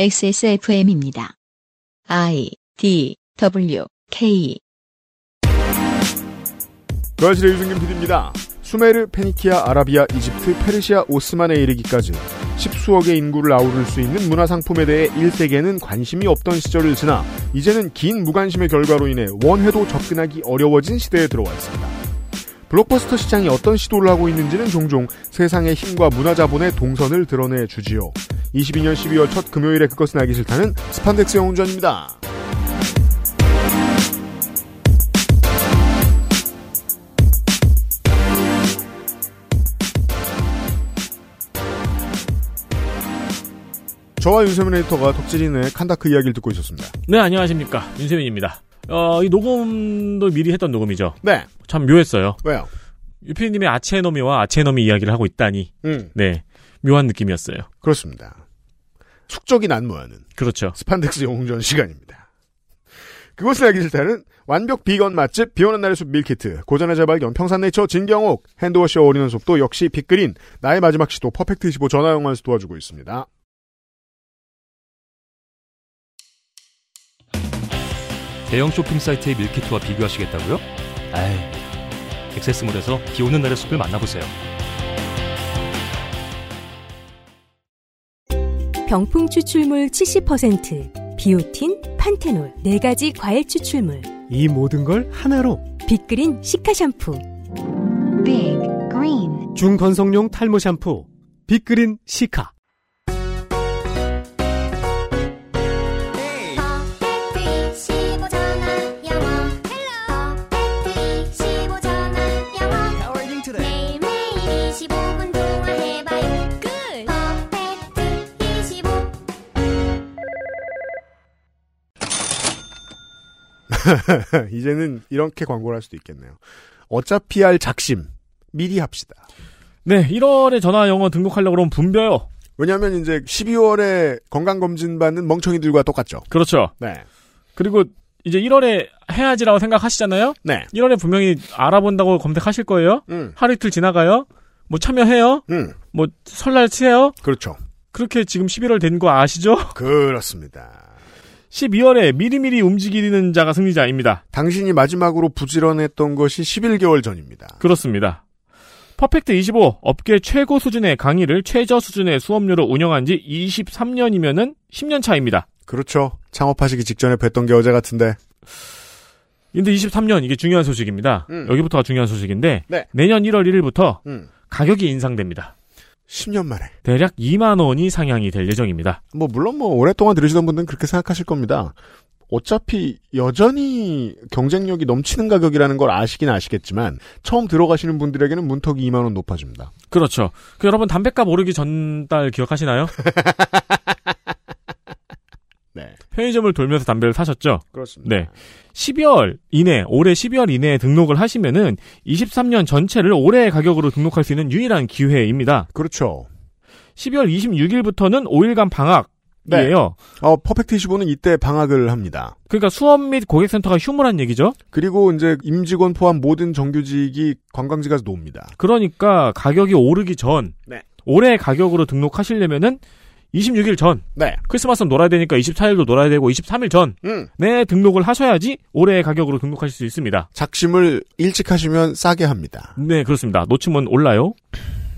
XSFM입니다. I D W K 거실의 유승균 PD입니다. 수메르, 페니키아, 아라비아, 이집트, 페르시아, 오스만에 이르기까지 십수억의 인구를 아우를 수 있는 문화상품에 대해 1세계는 관심이 없던 시절을 지나 이제는 긴 무관심의 결과로 인해 원회도 접근하기 어려워진 시대에 들어와 있습니다. 블록버스터 시장이 어떤 시도를 하고 있는지는 종종 세상의 힘과 문화자본의 동선을 드러내 주지요. 22년 12월 첫 금요일에 그것은 알기 싫다는 스판덱스 영웅전입니다. 저와 윤세민 에디터가 덕질인의 칸다크 이야기를 듣고 있었습니다. 네, 안녕하십니까. 윤세민입니다. 어, 이 녹음도 미리 했던 녹음이죠. 네, 참 묘했어요. 왜요? 유피님의 아체노미와 아체노미 이야기를 하고 있다니. 음, 네. 묘한 느낌이었어요. 그렇습니다. 숙적이 난무하는 그렇죠. 스판덱스 영웅전 시간입니다. 그것을 알기 싫다는 완벽 비건 맛집 비오는 날의 숲 밀키트 고전의 재발견 평산네이처 진경옥 핸드워시와 올리는 속도 역시 빅그린 나의 마지막 시도 퍼펙트 25 전화영화에서 도와주고 있습니다. 대형 쇼핑 사이트의 밀키트와 비교하시겠다고요? 아이, 액세스몰에서 비 오는 날의 숲을 만나보세요. 병풍 추출물 70%, 비오틴, 판테놀 네 가지 과일 추출물, 이 모든 걸 하나로 빅그린 시카 샴푸, Big green. 중건성용 탈모 샴푸 빅그린 시카 매일매일 25분 동안 해봐요. Good. 퍼펙트 25. 이제는 이렇게 광고를 할 수도 있겠네요. 어차피 할 작심 미리 합시다. 네, 1월에 전화 영어 등록하려고 그러면 분벼요. 왜냐하면 이제 12월에 건강검진 받는 멍청이들과 똑같죠. 그렇죠. 네, 그리고 이제 1월에 해야지라고 생각하시잖아요? 네, 1월에 분명히 알아본다고 검색하실 거예요? 음, 하루 이틀 지나가요? 뭐 참여해요? 음, 뭐 설날 치세요? 그렇죠. 그렇게 지금 11월 된 거 아시죠? 그렇습니다. 12월에 미리미리 움직이는 자가 승리자입니다. 당신이 마지막으로 부지런했던 것이 11개월 전입니다. 그렇습니다. 퍼펙트 25 업계 최고 수준의 강의를 최저 수준의 수업료로 운영한 지 23년이면은 10년 차입니다. 그렇죠. 창업하시기 직전에 뵀던 게 어제 같은데. 근데 23년 이게 중요한 소식입니다. 음. 여기부터가 중요한 소식인데 네. 내년 1월 1일부터 음. 가격이 인상됩니다. 10년 만에. 대략 2만 원이 상향이 될 예정입니다. 뭐 물론 뭐 오랫동안 들으시던 분들은 그렇게 생각하실 겁니다. 어차피 여전히 경쟁력이 넘치는 가격이라는 걸 아시긴 아시겠지만 처음 들어가시는 분들에게는 문턱이 2만 원 높아집니다. 그렇죠. 그 여러분 담배값 오르기 전달 기억하시나요? 네. 편의점을 돌면서 담배를 사셨죠? 그렇습니다. 네. 12월 이내, 올해 12월 이내에 등록을 하시면은 23년 전체를 올해의 가격으로 등록할 수 있는 유일한 기회입니다. 그렇죠. 12월 26일부터는 5일간 방학이에요. 어, 퍼펙트 25는 이때 방학을 합니다. 그러니까 수업 및 고객센터가 휴무란 얘기죠. 그리고 이제 임직원 포함 모든 정규직이 관광지 가서 놉니다. 그러니까 가격이 오르기 전 네. 올해 가격으로 등록하시려면은 26일 전 네. 크리스마스 는 놀아야 되니까 24일도 놀아야 되고 23일 음. 전에 네, 등록을 하셔야지 올해의 가격으로 등록하실 수 있습니다. 작심을 일찍 하시면 싸게 합니다. 네 그렇습니다. 놓치면 올라요.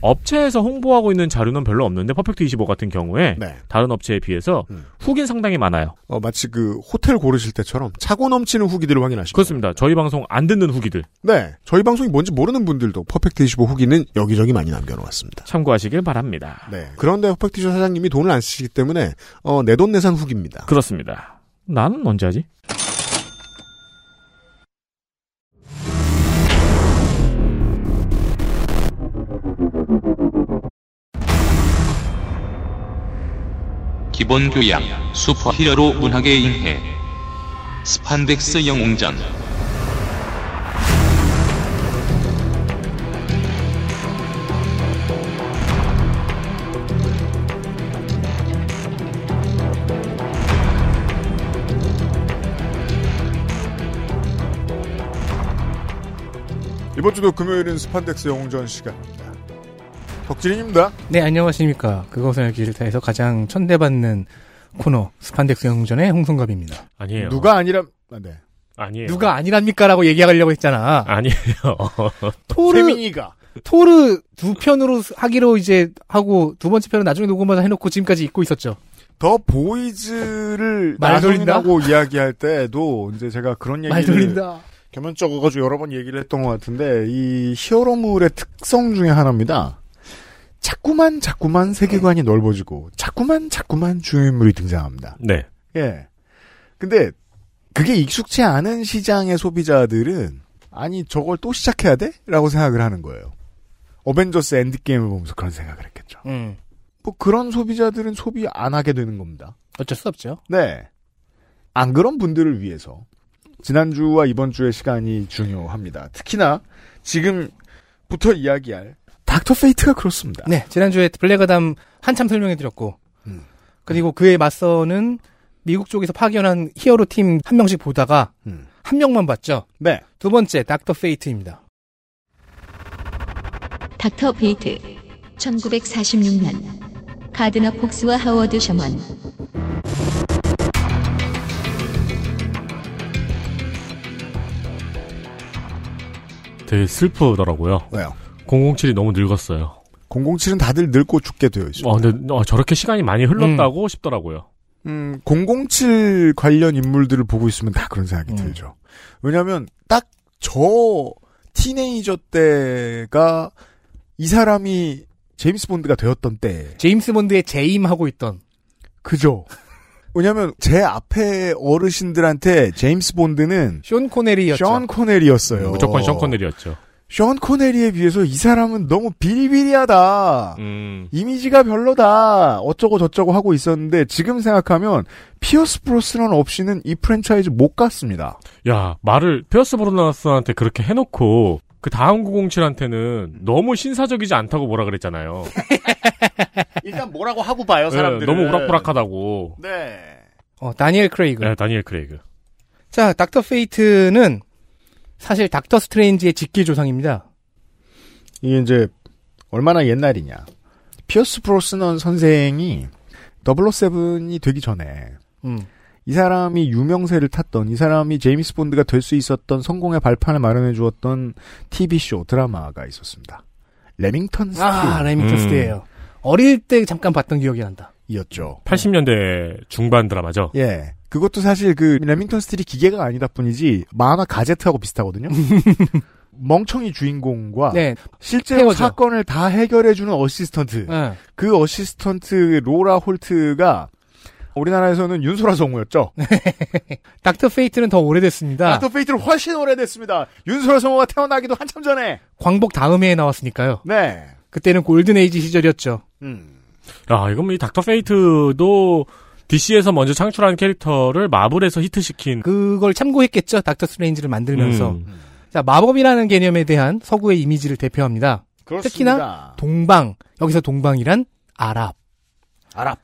업체에서 홍보하고 있는 자료는 별로 없는데 퍼펙트 25 같은 경우에 네. 다른 업체에 비해서 음. 후기는 상당히 많아요. 어, 마치 그 호텔 고르실 때처럼 차고 넘치는 후기들을 확인하시면 그렇습니다. 저희 방송 안 듣는 후기들 네. 저희 방송이 뭔지 모르는 분들도 퍼펙트 25 후기는 여기저기 많이 남겨놓았습니다. 참고하시길 바랍니다. 네. 그런데 퍼펙트 25 사장님이 돈을 안 쓰시기 때문에 어, 내돈 내산 후기입니다. 그렇습니다. 나는 언제 하지? 기본 교양, 슈퍼히어로 문학의 인해. 스판덱스 영웅전. 이번 주도 금요일은 스판덱스 영웅전 시간입니다. 덕질인입니다. 네, 안녕하십니까. 그것은 알기 싫다에서 가장 천대받는 코너 스판덱스 영웅전의 홍성갑입니다. 아니에요. 누가 아니라 아, 네. 아니에요. 누가 아니랍니까라고 얘기하려고 예. 했잖아. 아니에요. 토르 세민이가 토르 두 편으로 하기로 이제 하고 두 번째 편은 나중에 녹음해서 해놓고 지금까지 잊고 있었죠. 더 보이즈를 말 돌린다? 나선이라고 이야기할 때도 이제 제가 그런 말 얘기를 돌린다. 겸연쩍어 가지고 여러 번 얘기를 했던 것 같은데 이 히어로물의 특성 중에 하나입니다. 자꾸만 자꾸만 세계관이 넓어지고 자꾸만 자꾸만 주요인물이 등장합니다. 네. 예. 근데 그게 익숙치 않은 시장의 소비자들은 아니 저걸 또 시작해야 돼? 라고 생각을 하는 거예요. 어벤져스 엔드게임을 보면서 그런 생각을 했겠죠. 음, 뭐 그런 소비자들은 소비 안 하게 되는 겁니다. 어쩔 수 없죠. 네. 안 그런 분들을 위해서 지난주와 이번 주의 시간이 중요합니다. 특히나 지금부터 이야기할 닥터 페이트가 그렇습니다. 네, 지난주에 블랙아담 한참 설명해드렸고, 음. 그리고 그에 맞서는 미국 쪽에서 파견한 히어로 팀 한 명씩 보다가 음. 한 명만 봤죠. 네. 두 번째 닥터 페이트입니다. 닥터 페이트 1946년 가드너 폭스와 하워드 셔먼 되게 슬프더라고요. 왜요? 007이 너무 늙었어요. 007은 다들 늙고 죽게 되어 있습니다. 아, 근데 어, 저렇게 시간이 많이 흘렀다고 싶더라고요. 음, 007 관련 인물들을 보고 있으면 다 그런 생각이 음. 들죠. 왜냐면, 딱, 저, 티네이저 때가, 이 사람이 제임스 본드가 되었던 때. 제임스 본드의 제임하고 있던 그죠? 왜냐면, 제 앞에 어르신들한테 제임스 본드는, 션 코넬이었죠. 션 코넬이었어요. 무조건 션 코넬이었죠. 션 코넬에 비해서 이 사람은 너무 비리비리하다. 음. 이미지가 별로다. 어쩌고 저쩌고 하고 있었는데 지금 생각하면 피어스 브로스는 없이는 이 프랜차이즈 못 갔습니다. 야, 말을 피어스 브로나스한테 그렇게 해놓고 그 다음 907한테는 너무 신사적이지 않다고 뭐라 그랬잖아요. 일단 뭐라고 하고 봐요, 네, 너무 오락부락하다고. 네. 어, 다니엘 크레이그. 네, 다니엘 크레이그. 자, 닥터 페이트는 사실 닥터 스트레인지의 직계 조상입니다. 이게 이제 얼마나 옛날이냐. 피어스 브로스넌 선생이 007이 되기 전에 음. 이 사람이 유명세를 탔던 이 사람이 제임스 본드가 될 수 있었던 성공의 발판을 마련해 주었던 TV쇼 드라마가 있었습니다. 레밍턴 아, 스틸이었죠. 레밍턴 음. 스테예요. 어릴 때 잠깐 봤던 기억이 난다. 80년대 중반 드라마죠. 예. 그것도 사실 그 레밍턴 스틸이 기계가 아니다 뿐이지 만화 가제트하고 비슷하거든요. 멍청이 아, 주인공과 네. 실제로 헤어져. 사건을 다 해결해주는 어시스턴트. 네. 그 어시스턴트 로라 홀트가 우리나라에서는 윤소라 성우였죠. 네. 닥터 페이트는 더 오래됐습니다. 닥터 페이트를 훨씬 오래됐습니다. 윤소라 성우가 태어나기도 한참 전에. 광복 다음 해에 나왔으니까요. 네. 그때는 골든에이지 시절이었죠. 음. 야, 아, 이건 뭐이 닥터 페이트도 DC에서 먼저 창출한 캐릭터를 마블에서 히트시킨 그걸 참고했겠죠. 닥터 스트레인지를 만들면서. 음. 자, 마법이라는 개념에 대한 서구의 이미지를 대표합니다. 그렇습니다. 동방. 여기서 동방이란 아랍. 아랍.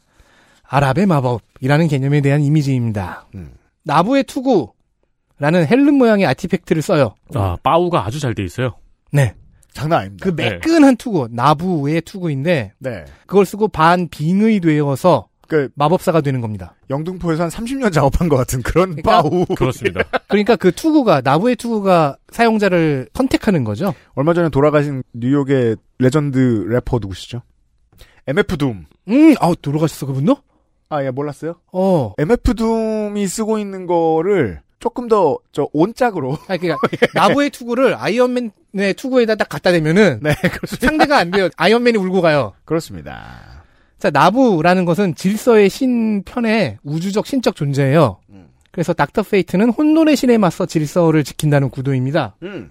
아랍의 마법이라는 개념에 대한 이미지입니다. 음. 나부의 투구라는 헬름 모양의 아티팩트를 써요. 아, 빠우가 아주 잘 돼 있어요. 네. 장난 아닙니다. 그 매끈한 투구, 나부의 투구인데 네. 그걸 쓰고 반 빙의 되어서 그 마법사가 되는 겁니다. 영등포에서 한 30년 작업한 것 같은 그런 그러니까 바우. 그렇습니다. 그러니까 그 투구가 나부의 투구가 사용자를 선택하는 거죠. 얼마 전에 돌아가신 뉴욕의 레전드 래퍼 누구시죠? MF 둠. 음, 아우 돌아가셨어 그분도? 아, 예, 몰랐어요? 어, MF 둠이 쓰고 있는 거를 조금 더 저 온짝으로 아니, 그러니까 나부의 투구를 아이언맨의 투구에다 딱 갖다 대면은 네, 상대가 안 돼요. 아이언맨이 울고 가요. 그렇습니다. 자, 나부라는 것은 질서의 신 편의 우주적 신적 존재예요. 음. 그래서 닥터 페이트는 혼돈의 신에 맞서 질서를 지킨다는 구도입니다. 음.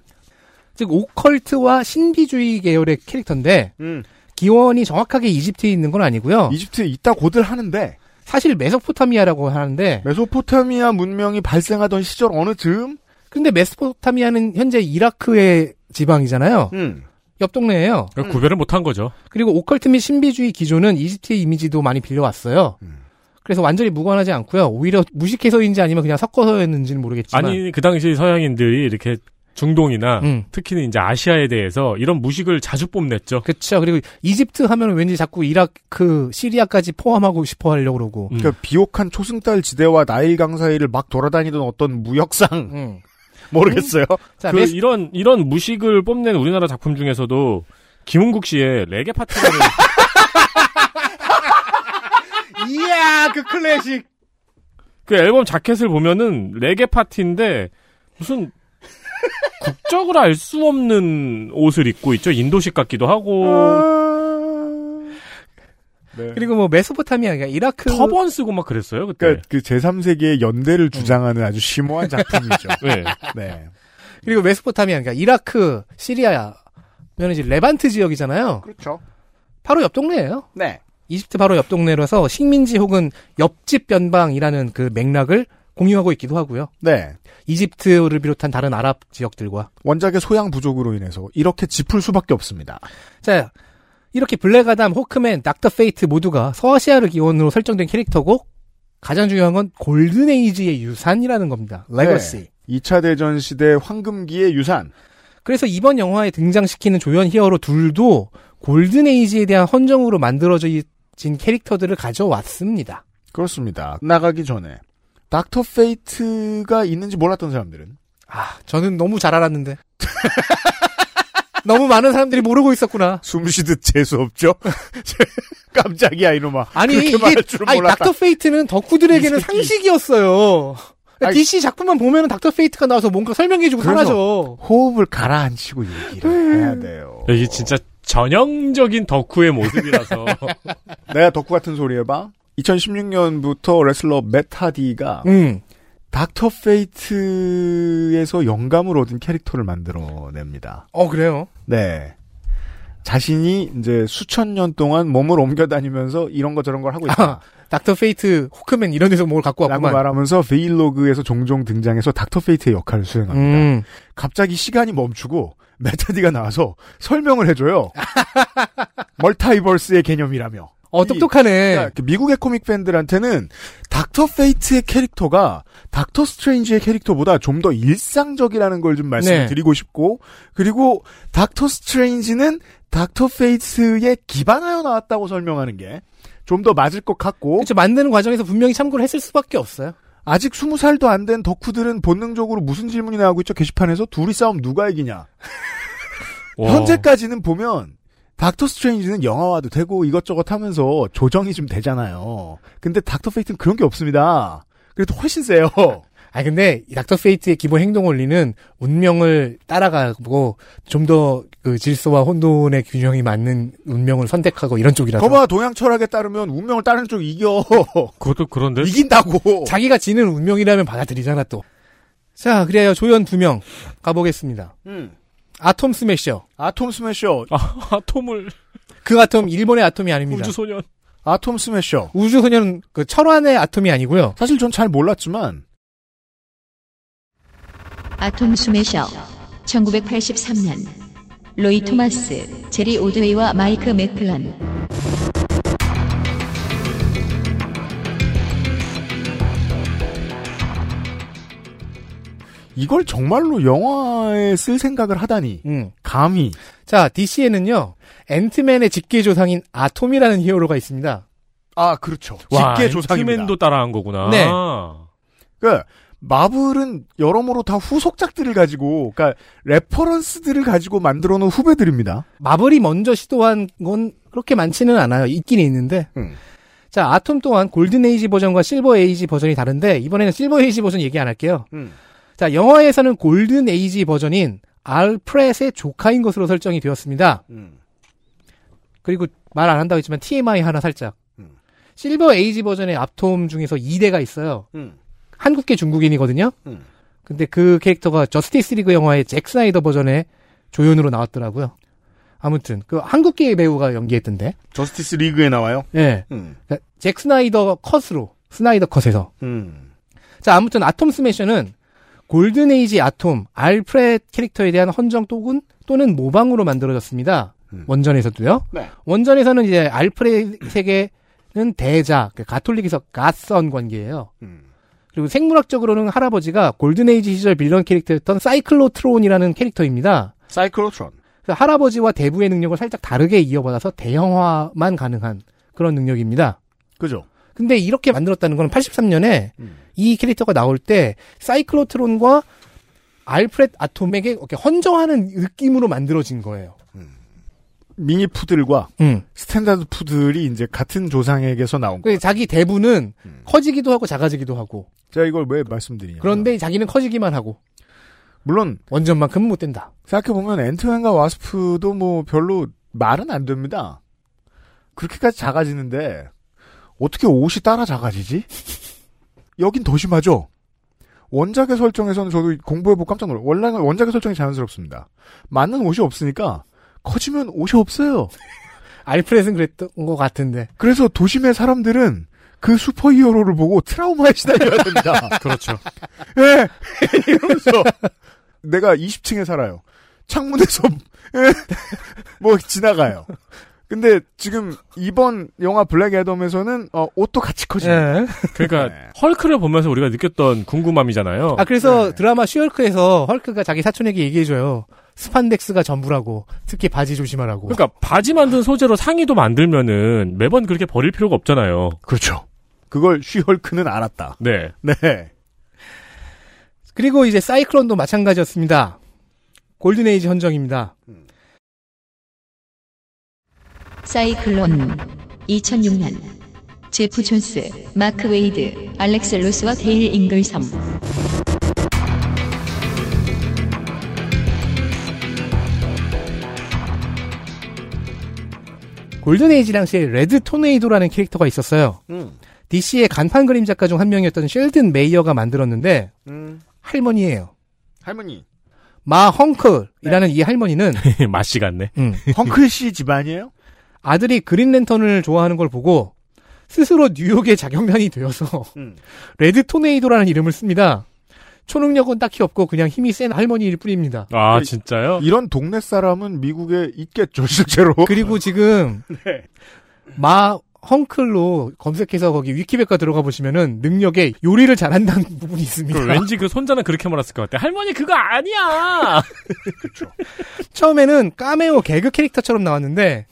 즉 오컬트와 신비주의 계열의 캐릭터인데 음. 기원이 정확하게 이집트에 있는 건 아니고요. 이집트에 있다고들 하는데 사실 메소포타미아라고 네. 하는데 메소포타미아 문명이 발생하던 시절 어느 즈음? 근데 메소포타미아는 현재 이라크의 지방이잖아요. 음. 옆 동네예요. 그러니까 구별을 못한 거죠. 그리고 오컬트 및 신비주의 기조는 이집트의 이미지도 많이 빌려왔어요. 음. 그래서 완전히 무관하지 않고요. 오히려 무식해서인지 아니면 그냥 섞어서였는지는 모르겠지만 아니, 그 당시 서양인들이 이렇게 중동이나 음. 특히는 이제 아시아에 대해서 이런 무식을 자주 뽐냈죠. 그쵸. 그리고 이집트 하면 왠지 자꾸 이라크, 그 시리아까지 포함하고 싶어 하려고 그러고. 음. 그러니까 비옥한 초승달 지대와 나일강 사이를 막 돌아다니던 어떤 무역상 음. 모르겠어요. 자, 그 메스- 이런 이런 무식을 뽐낸 우리나라 작품 중에서도 김은국 씨의 레게 파티를 이야, 그 클래식. 그 앨범 자켓을 보면은 레게 파티인데 무슨 국적을 알 수 없는 옷을 입고 있죠. 인도식 같기도 아, 하고 네. 그리고 뭐 메소포타미아, 그러니까 이라크. 터번 쓰고 막 그랬어요 그때. 그러니까 그 제3세기의 음. 연대를 주장하는 아주 심오한 작품이죠. 네. 네. 그리고 메소포타미아, 그러니까 이라크, 시리아, 면 이제 레반트 지역이잖아요. 그렇죠. 바로 옆 동네예요. 네. 이집트 바로 옆 동네라서 식민지 혹은 옆집 변방이라는 그 맥락을 공유하고 있기도 하고요. 네. 이집트를 비롯한 다른 아랍 지역들과. 원작의 소양 부족으로 인해서 이렇게 짚을 수밖에 없습니다. 자, 이렇게 블랙아담, 호크맨, 닥터 페이트 모두가 서아시아를 기원으로 설정된 캐릭터고 가장 중요한 건 골든에이지의 유산이라는 겁니다. 레거시. 2차 대전 시대 황금기의 유산. 그래서 이번 영화에 등장시키는 조연 히어로 둘도 골든에이지에 대한 헌정으로 만들어진 캐릭터들을 가져왔습니다. 그렇습니다. 나가기 전에 닥터 페이트가 있는지 몰랐던 사람들은 아, 저는 너무 잘 알았는데. 너무 많은 사람들이 모르고 있었구나. 숨 쉬듯 재수 없죠. 깜짝이야 이놈아. 아니, 그렇게 이게, 말할 줄은 아니, 몰랐다. 닥터 페이트는 덕후들에게는 이 새끼. 상식이었어요. 아이. DC 작품만 보면은 닥터 페이트가 나와서 뭔가 설명해주고 그래서- 사라져. 호흡을 가라앉히고 얘기를 해야 돼요. 네. 이게 진짜 전형적인 덕후의 모습이라서 내가 네, 덕후 같은 소리 해봐. 2016년부터 레슬러 맷 하디가 음. 닥터 페이트에서 영감을 얻은 캐릭터를 만들어냅니다. 어, 그래요. 네. 자신이 이제 수천 년 동안 몸을 옮겨 다니면서 이런 거 저런 걸 하고 있다. 아, 닥터 페이트, 호크맨 이런 데서 뭘 갖고 라고 왔구만. 말하면서 베일로그에서 종종 등장해서 닥터 페이트의 역할을 수행합니다. 음. 갑자기 시간이 멈추고 메타디가 나와서 설명을 해줘요. 멀타이버스의 개념이라며. 어, 똑똑하네. 그러니까 그 미국의 코믹 팬들한테는 닥터 페이트의 캐릭터가 닥터 스트레인지의 캐릭터보다 좀 더 일상적이라는 걸 좀 네. 말씀드리고 싶고 그리고 닥터 스트레인지는 닥터 페이트에 기반하여 나왔다고 설명하는 게 좀 더 맞을 것 같고 그렇죠. 만드는 과정에서 분명히 참고를 했을 수밖에 없어요. 아직 20살도 안 된 덕후들은 본능적으로 무슨 질문이 나오고 있죠 게시판에서 둘이 싸움 누가 이기냐 와. 현재까지는 보면 닥터 스트레인지는 영화화도 되고 이것저것 하면서 조정이 좀 되잖아요. 근데 닥터 페이트는 그런 게 없습니다. 그래도 훨씬 세요. 아 근데 이 닥터 페이트의 기본 행동 원리는 운명을 따라가고 좀 더 그 질서와 혼돈의 균형이 맞는 운명을 선택하고 이런 쪽이라서 거봐 동양 철학에 따르면 운명을 따르는 쪽 이겨 그것도 그런데 이긴다고. 어. 자기가 지는 운명이라면 받아들이잖아 또. 자 그래요 조연 두 명 가보겠습니다. 음. 아톰 스매셔. 아톰 스매셔, 아, 아톰을 그 아톰 일본의 아톰이 아닙니다. 우주 소년 아톰 스매셔. 우주소년은 그 철환의 아톰이 아니고요. 사실 전 잘 몰랐지만 아톰 스매셔 1983년 로이 토마스, 제리 오드웨이와 마이크 맥클란 이걸 정말로 영화에 쓸 생각을 하다니 음. 감히 자 DC에는요 앤트맨의 직계조상인 아톰이라는 히어로가 있습니다. 아 그렇죠 와, 직계 조상입니다. 앤트맨도 따라한 거구나. 네. 그 마블은 여러모로 다 후속작들을 가지고, 그러니까 레퍼런스들을 가지고 만들어놓은 후배들입니다. 마블이 먼저 시도한 건 그렇게 많지는 않아요. 있긴 있는데. 음. 자, 아톰 또한 골든 에이지 버전과 실버 에이지 버전이 다른데 이번에는 실버 에이지 버전 얘기 안 할게요. 음. 자, 영화에서는 골든 에이지 버전인 알프렛의 조카인 것으로 설정이 되었습니다. 음. 그리고 말 안 한다고 했지만 TMI 하나 살짝. 음. 실버 에이지 버전의 아톰 중에서 2대가 있어요. 한국계 중국인이거든요. 음. 근데 그 캐릭터가 저스티스 리그 영화의 잭 스나이더 버전의 조연으로 나왔더라고요. 아무튼 그 한국계 배우가 연기했던데. 저스티스 리그에 나와요. 예. 음. 그러니까 잭 스나이더 컷으로 스나이더 컷에서. 음. 자, 아무튼 아톰 스매셔는 골든 에이지 아톰 알프렛 캐릭터에 대한 헌정 또는 또는 모방으로 만들어졌습니다. 음. 원전에서도요. 네. 원전에서는 이제 음. 알프렛에게는 대자, 그 가톨릭에서 갓선 관계예요. 그리고 생물학적으로는 할아버지가 골든에이지 시절 빌런 캐릭터였던 사이클로트론이라는 캐릭터입니다. 사이클로트론. 그래서 할아버지와 대부의 능력을 살짝 다르게 이어받아서 대형화만 가능한 그런 능력입니다. 그죠? 근데 이렇게 만들었다는 건 83년에 음. 이 캐릭터가 나올 때 사이클로트론과 알프렛 아톰에게 이렇게 헌정하는 느낌으로 만들어진 거예요. 미니 푸들과 음. 스탠다드 푸들이 이제 같은 조상에게서 나온 거. 그 자기 대부는 커지기도 하고 작아지기도 하고 제가 이걸 왜 말씀드리냐. 그런데 자기는 커지기만 하고 물론 원전만큼은 못 된다. 생각해보면 앤트맨과 와스프도 뭐 별로 말은 안 됩니다. 그렇게까지 작아지는데 어떻게 옷이 따라 작아지지? 여긴 더 심하죠. 원작의 설정에서는 저도 공부해보고 깜짝 놀라요. 원래 원작의 설정이 자연스럽습니다. 맞는 옷이 없으니까 커지면 옷이 없어요. 알프렛은 그랬던 것 같은데 그래서 도심의 사람들은 그 슈퍼히어로를 보고 트라우마에 시달려야 됩니다. 그렇죠. 예! 이러면서 내가 20층에 살아요. 창문에서 예! 뭐 지나가요. 근데 지금 이번 영화 블랙 애덤에서는 어, 옷도 같이 예. 커지네. 그러니까 네. 헐크를 보면서 우리가 느꼈던 궁금함이잖아요. 아 그래서 네. 드라마 슈얼크에서 헐크가 자기 사촌에게 얘기해줘요. 스판덱스가 전부라고 특히 바지 조심하라고. 그러니까 바지 만든 소재로 상의도 만들면은 매번 그렇게 버릴 필요가 없잖아요. 그렇죠. 그걸 쉬헐크는 알았다. 네. 네. 그리고 이제 사이클론도 마찬가지였습니다. 골든에이지 헌정입니다. 사이클론 2006년 제프 존스, 마크 웨이드, 알렉스 루스와 데일 잉글섬 골든에이지 당시에 레드 토네이도라는 캐릭터가 있었어요. 음. DC의 간판 그림 작가 중 한 명이었던 쉘든 메이어가 만들었는데 할머니예요. 음. 할머니. 마 네. 헝클이라는 이 할머니는 맛이 같네. 음, 헝클 씨 집안이에요? 아들이 그린랜턴을 좋아하는 걸 보고 스스로 뉴욕의 자경단이 되어서 음. 레드 토네이도라는 이름을 씁니다. 초능력은 딱히 없고 그냥 힘이 센 할머니일 뿐입니다. 아 그- 진짜요? 이런 동네 사람은 미국에 있겠죠, 실제로. 그리고 지금 마 헝클로 검색해서 거기 위키백과 들어가 보시면은 능력에 요리를 잘한다는 부분이 있습니다. 그 왠지 그 손자는 그렇게 말았을 것 같아. 할머니 그거 아니야. 처음에는 까메오 개그 캐릭터처럼 나왔는데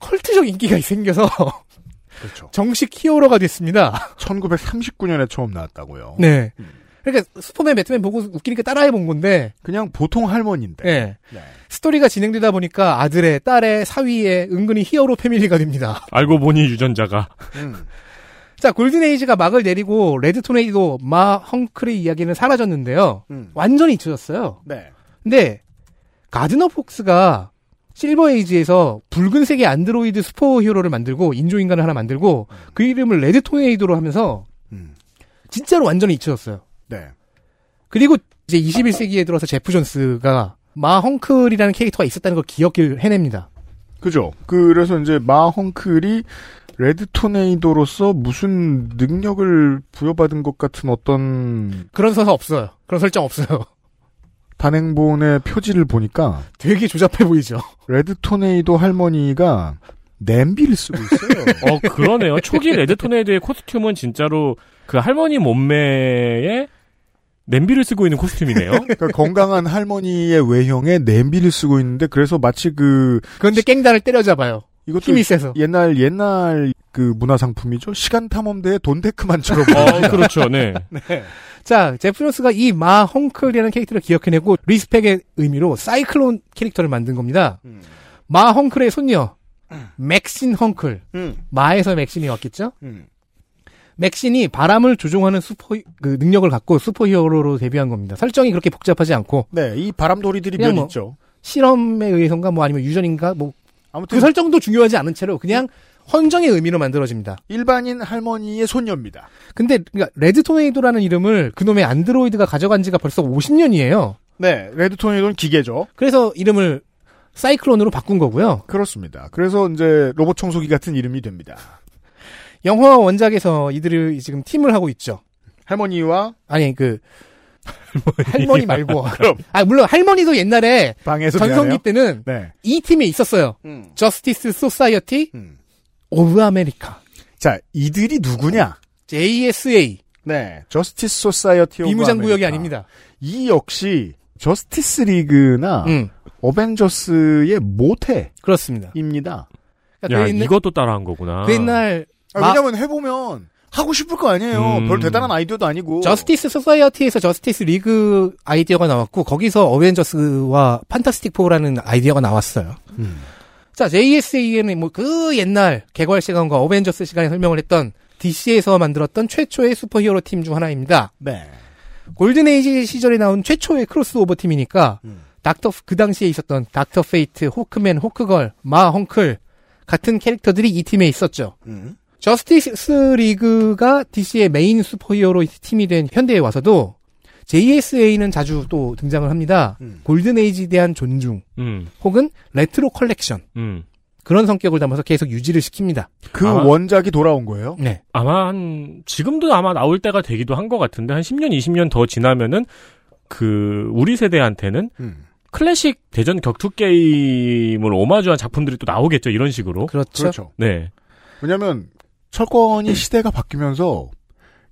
컬트적 인기가 생겨서 그렇죠. 정식 히어로가 됐습니다. 1939년에 처음 나왔다고요. 네. 그러니까 슈퍼맨, 배트맨 보고 웃기니까 따라해 본 건데 그냥 보통 할머니인데. 예. 네. 스토리가 진행되다 보니까 아들의, 딸의, 사위의 은근히 히어로 패밀리가 됩니다. 알고 보니 유전자가. 음. 자, 골든에이지가 막을 내리고 레드 토네이도 마 헝클의 이야기는 사라졌는데요. 음. 완전히 잊혀졌어요. 네. 근데 가드너 폭스가 실버 에이지에서 붉은색의 안드로이드 슈퍼 히어로를 만들고 인조인간을 하나 만들고 그 이름을 레드 토네이도로 하면서 음. 진짜로 완전히 잊혀졌어요. 네. 그리고 이제 21세기에 들어서 제프 존스가 마 헝클이라는 캐릭터가 있었다는 걸 기억을 해냅니다. 그죠. 그래서 이제 마헝클이 레드 토네이도로서 무슨 능력을 부여받은 것 같은 어떤 그런 서사 없어요. 그런 설정 없어요. 단행본의 표지를 보니까 되게 조잡해 보이죠. 레드 토네이도 할머니가 냄비를 쓰고 있어요. 어 그러네요. 초기 레드 토네이드의 코스튬은 진짜로 그 할머니 몸매에 냄비를 쓰고 있는 코스튬이네요. 그러니까 건강한 할머니의 외형에 냄비를 쓰고 있는데 그래서 마치 그 그런데 깽단을 때려잡아요. 이것도 힘이 세서. 옛날 옛날 그 문화 상품이죠. 시간 탐험대의 돈데크만처럼 어 그렇죠. 네. 자, 제프 존스가 이 마 헝클이라는 캐릭터를 기억해내고 리스펙의 의미로 사이클론 캐릭터를 만든 겁니다. 음. 마 헝클의 손녀 맥신 헝클. 음, 마에서 맥신이 왔겠죠? 음. 맥신이 바람을 조종하는 슈퍼 그 능력을 갖고 슈퍼히어로로 데뷔한 겁니다. 설정이 그렇게 복잡하지 않고 네, 이 바람돌이들이 그냥 몇 뭐- 있죠. 실험에 의해서인가 뭐 아니면 유전인가 뭐 그 아무튼 설정도 중요하지 않은 채로 그냥 음. 헌정의 의미로 만들어집니다. 일반인 할머니의 손녀입니다. 근데 그러니까 레드 토네이도라는 이름을 그놈의 안드로이드가 가져간 지가 벌써 50년이에요. 네, 레드 토네이도는 기계죠. 그래서 이름을 사이클론으로 바꾼 거고요. 그렇습니다. 그래서 이제 로봇 청소기 같은 이름이 됩니다. 영화 원작에서 이들이 지금 팀을 하고 있죠. 할머니와 아니 그 할머니 말고 그럼. 아 물론 할머니도 옛날에 방에서 전성기 미안해요. 때는 네. 이 팀에 있었어요. 음. 저스티스 소사이어티 음. 오브 아메리카 자, 이들이 누구냐? JSA 네. 저스티스 소사이어티와 비무장 구역이 아닙니다. 이 역시 저스티스 리그나 음, 어벤져스의 모태입니다. 그렇습니다. 그러니까 야, 그 옛날- 이것도 따라한 거구나. 그 옛날 아, 마- 왜냐면 해보면 하고 싶을 거 아니에요. 음. 별 대단한 아이디어도 아니고. 저스티스 소사이어티에서 저스티스 리그 아이디어가 나왔고 거기서 어벤져스와 판타스틱 4라는 아이디어가 나왔어요. 음. 자, JSA는 뭐 그 옛날 개괄 시간과 어벤져스 시간에 설명을 했던 DC에서 만들었던 최초의 슈퍼히어로 팀 중 하나입니다. 네. 골든에이지 시절에 나온 최초의 크로스오버 팀이니까 음. 닥터 그 당시에 있었던 닥터 페이트, 호크맨, 호크걸, 마 헝클 같은 캐릭터들이 이 팀에 있었죠. 음. 저스티스 리그가 DC의 메인 슈퍼히어로 팀이 된 현대에 와서도 JSA는 자주 또 등장을 합니다. 음. 골든에이지에 대한 존중 음, 혹은 레트로 컬렉션 음. 그런 성격을 담아서 계속 유지를 시킵니다. 그 아. 원작이 돌아온 거예요? 네. 아마 한, 지금도 아마 나올 때가 되기도 한 것 같은데, 한 10년, 20년 더 지나면은, 그, 우리 세대한테는 음. 클래식 대전 격투 게임을 오마주한 작품들이 또 나오겠죠, 이런 식으로. 그렇죠. 그렇죠. 네. 왜냐면 철권이 시대가 바뀌면서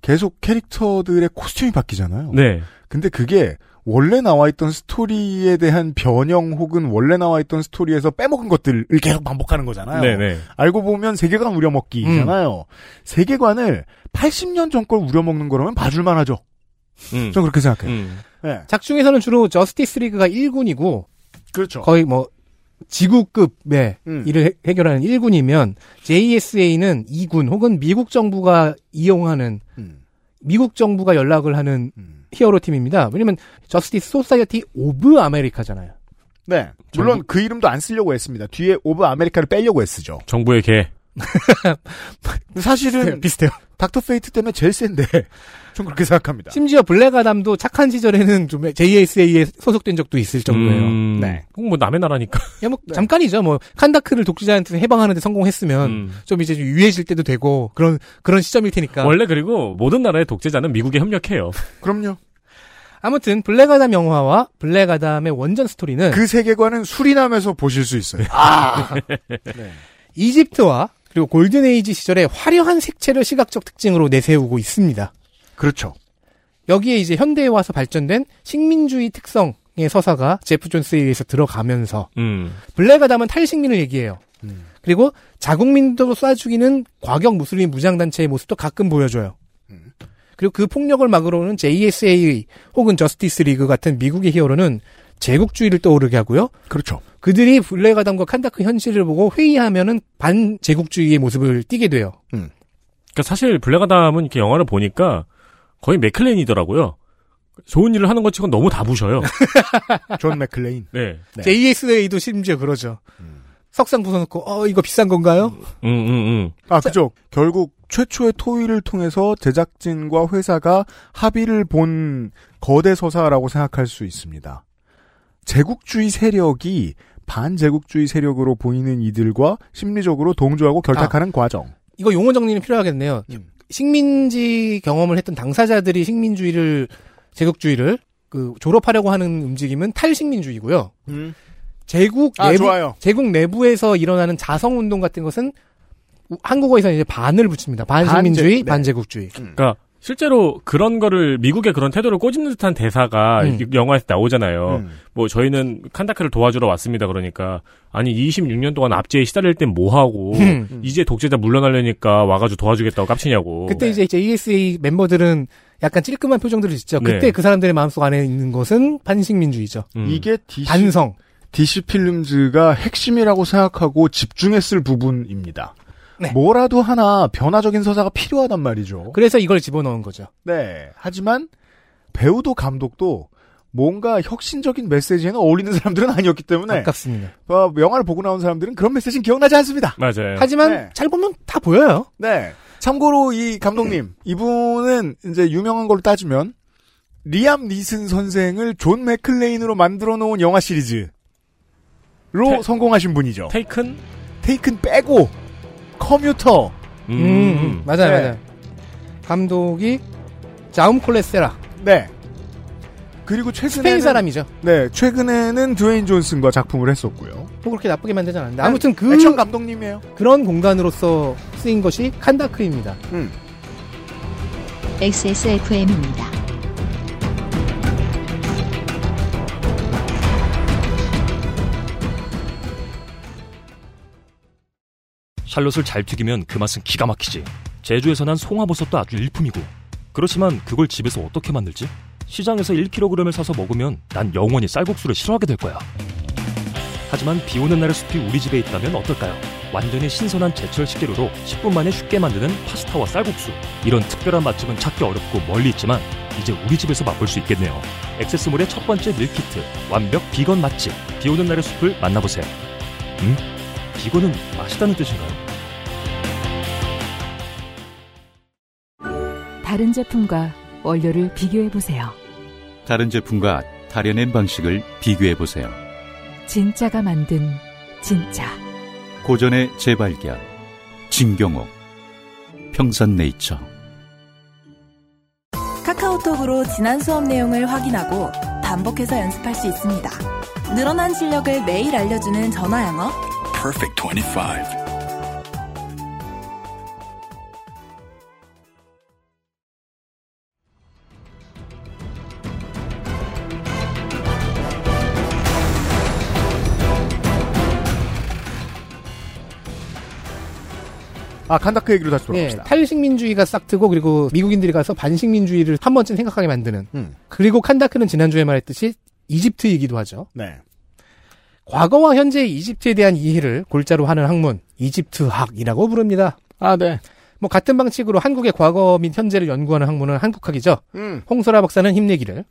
계속 캐릭터들의 코스튬이 바뀌잖아요. 네. 근데 그게 원래 나와 있던 스토리에 대한 변형 혹은 원래 나와 있던 스토리에서 빼먹은 것들을 계속 반복하는 거잖아요. 네네. 알고 보면 세계관 우려먹기잖아요. 세계관을 80년 전 걸 우려먹는 거라면 봐줄만 하죠. 음. 저는 그렇게 생각해요. 음. 네. 작중에서는 주로 저스티스 리그가 1군이고 그렇죠. 거의 뭐 지구급의 음. 일을 해- 해결하는 1군이면 JSA는 2군 혹은 미국 정부가 이용하는 음. 미국 정부가 연락을 하는 음. 히어로 팀입니다. 왜냐면 저스티스 소사이어티 오브 아메리카잖아요. 네. 물론 그 이름도 안 쓰려고 했습니다. 뒤에 오브 아메리카를 빼려고 애쓰죠. 정부의 개. 근데 사실은 비슷해요. 닥터 페이트 때문에 제일 센데 전 그렇게 생각합니다. 심지어 블랙아담도 착한 시절에는 좀 JSA에 소속된 적도 있을 정도예요. 음. 네. 그건 뭐 남의 나라니까. 야, 뭐 잠깐이죠. 뭐 칸다크를 독재자한테 해방하는데 성공했으면 음. 좀 이제 좀 유해질 때도 되고 그런 그런 시점일 테니까. 원래 그리고 모든 나라의 독재자는 미국에 협력해요. 그럼요. 아무튼 블랙아담 영화와 블랙아담의 원전 스토리는 그 세계관은 수리남에서 보실 수 있어요. 이집트와 그리고 골든에이지 시절의 화려한 색채를 시각적 특징으로 내세우고 있습니다. 그렇죠. 여기에 이제 현대에 와서 발전된 식민주의 특성의 서사가 제프 존스에 의해서 들어가면서 음. 블랙아담은 탈식민을 얘기해요. 그리고 자국민도 쏴 죽이는 과격 무슬림 무장단체의 모습도 가끔 보여줘요. 그리고 그 폭력을 막으러는 JSA 혹은 저스티스 리그 같은 미국의 히어로는 제국주의를 떠오르게 하고요. 그렇죠. 그들이 블랙아담과 칸다크 현실을 보고 회의하면은 반제국주의의 모습을 띠게 돼요. 그러니까 사실 블랙아담은 이렇게 영화를 보니까 거의 맥클레인이더라고요. 좋은 일을 하는 것 치곤 너무 다 부셔요. 존 맥클레인. 네. 네. JSA도 심지어 그러죠. 석상 부숴놓고 어 이거 비싼 건가요? 음, 음, 음. 아, 그죠. 결국 최초의 토의를 통해서 제작진과 회사가 합의를 본 거대 서사라고 생각할 수 있습니다. 제국주의 세력이 반제국주의 세력으로 보이는 이들과 심리적으로 동조하고 결탁하는 과정. 이거 용어 정리는 필요하겠네요. 음. 식민지 경험을 했던 당사자들이 식민주의를 제국주의를 그 졸업하려고 하는 움직임은 탈식민주의고요. 제국 음. 아, 내부 좋아요. 제국 내부에서 일어나는 자성 운동 같은 것은 우- 한국어에서는 이제 반을 붙입니다. 반식민주의, 반제- 네. 반제국주의. 그러니까 실제로 그런 거를 미국의 그런 태도를 꼬집는 듯한 대사가 음. 이 영화에서 나오잖아요. 음. 뭐 저희는 칸다크를 도와주러 왔습니다. 그러니까 아니 26년 동안 압제에 시달릴 땐 뭐 하고 음. 이제 독재자 물러나려니까 와가지고 도와주겠다고 깝치냐고. 그때 네. 이제 JSA 멤버들은 약간 찔끔한 표정들을 짓죠. 네. 그때 그 사람들의 마음속 안에 있는 것은 반식민주의죠. 음. 이게 DC, 반성. DC 필름즈가 핵심이라고 생각하고 집중했을 부분입니다. 네. 뭐라도 하나 변화적인 서사가 필요하단 말이죠. 그래서 이걸 집어넣은 거죠. 네. 하지만 배우도 감독도 뭔가 혁신적인 메시지에는 어울리는 사람들은 아니었기 때문에 아깝습니다. 어, 영화를 보고 나온 사람들은 그런 메시지는 기억나지 않습니다. 맞아요. 하지만 네. 잘 보면 다 보여요. 네. 참고로 이 감독님 이분은 이제 유명한 걸로 따지면 리암 니슨 선생을 존 맥클레인으로 만들어 놓은 영화 시리즈로 테- 성공하신 분이죠. 테이큰? 테이큰 빼고 컴퓨터 음. 음, 음. 맞아요, 네. 맞아요. 감독이 자움 콜레세라 네. 그리고 최근에 스페인 사람이죠. 네 최근에는 드웨인 존슨과 작품을 했었고요. 뭐 그렇게 나쁘게 만들지 않았는데 아니, 아무튼 그 액션 감독님이에요. 그런 공간으로서 쓰인 것이 칸다크입니다. 음. XSFM입니다. 샬롯을 잘 튀기면 그 맛은 기가 막히지. 제주에서 난 송화버섯도 아주 일품이고. 그렇지만 그걸 집에서 어떻게 만들지? 시장에서 1kg을 사서 먹으면 난 영원히 쌀국수를 싫어하게 될 거야. 하지만 비 오는 날의 숲이 우리 집에 있다면 어떨까요? 완전히 신선한 제철 식재료로 10분 만에 쉽게 만드는 파스타와 쌀국수. 이런 특별한 맛집은 찾기 어렵고 멀리 있지만 이제 우리 집에서 맛볼 수 있겠네요. 액세스몰의 첫 번째 밀키트, 완벽 비건 맛집. 비 오는 날의 숲을 만나보세요. 음? 비건은 맛있다는 뜻인가요? 다른 제품과 원료를 비교해 보세요. 다른 제품과 다려낸 방식을 비교해 보세요. 진짜가 만든 진짜. 고전의 재발견. 진경옥. 평산네이처. 카카오톡으로 지난 수업 내용을 확인하고 반복해서 연습할 수 있습니다. 늘어난 실력을 매일 알려주는 전화 영어. Perfect 25. 아 칸다크 얘기로 네, 다시 돌아갑시다. 예, 탈식민주의가 싹트고 그리고 미국인들이 가서 반식민주의를 한 번쯤 생각하게 만드는. 음. 그리고 칸다크는 지난주에 말했듯이 이집트이기도 하죠. 네. 과거와 현재의 이집트에 대한 이해를 골자로 하는 학문, 이집트학이라고 부릅니다. 아 네. 뭐 같은 방식으로 한국의 과거 및 현재를 연구하는 학문은 한국학이죠. 음. 홍소라 박사는 힘내기를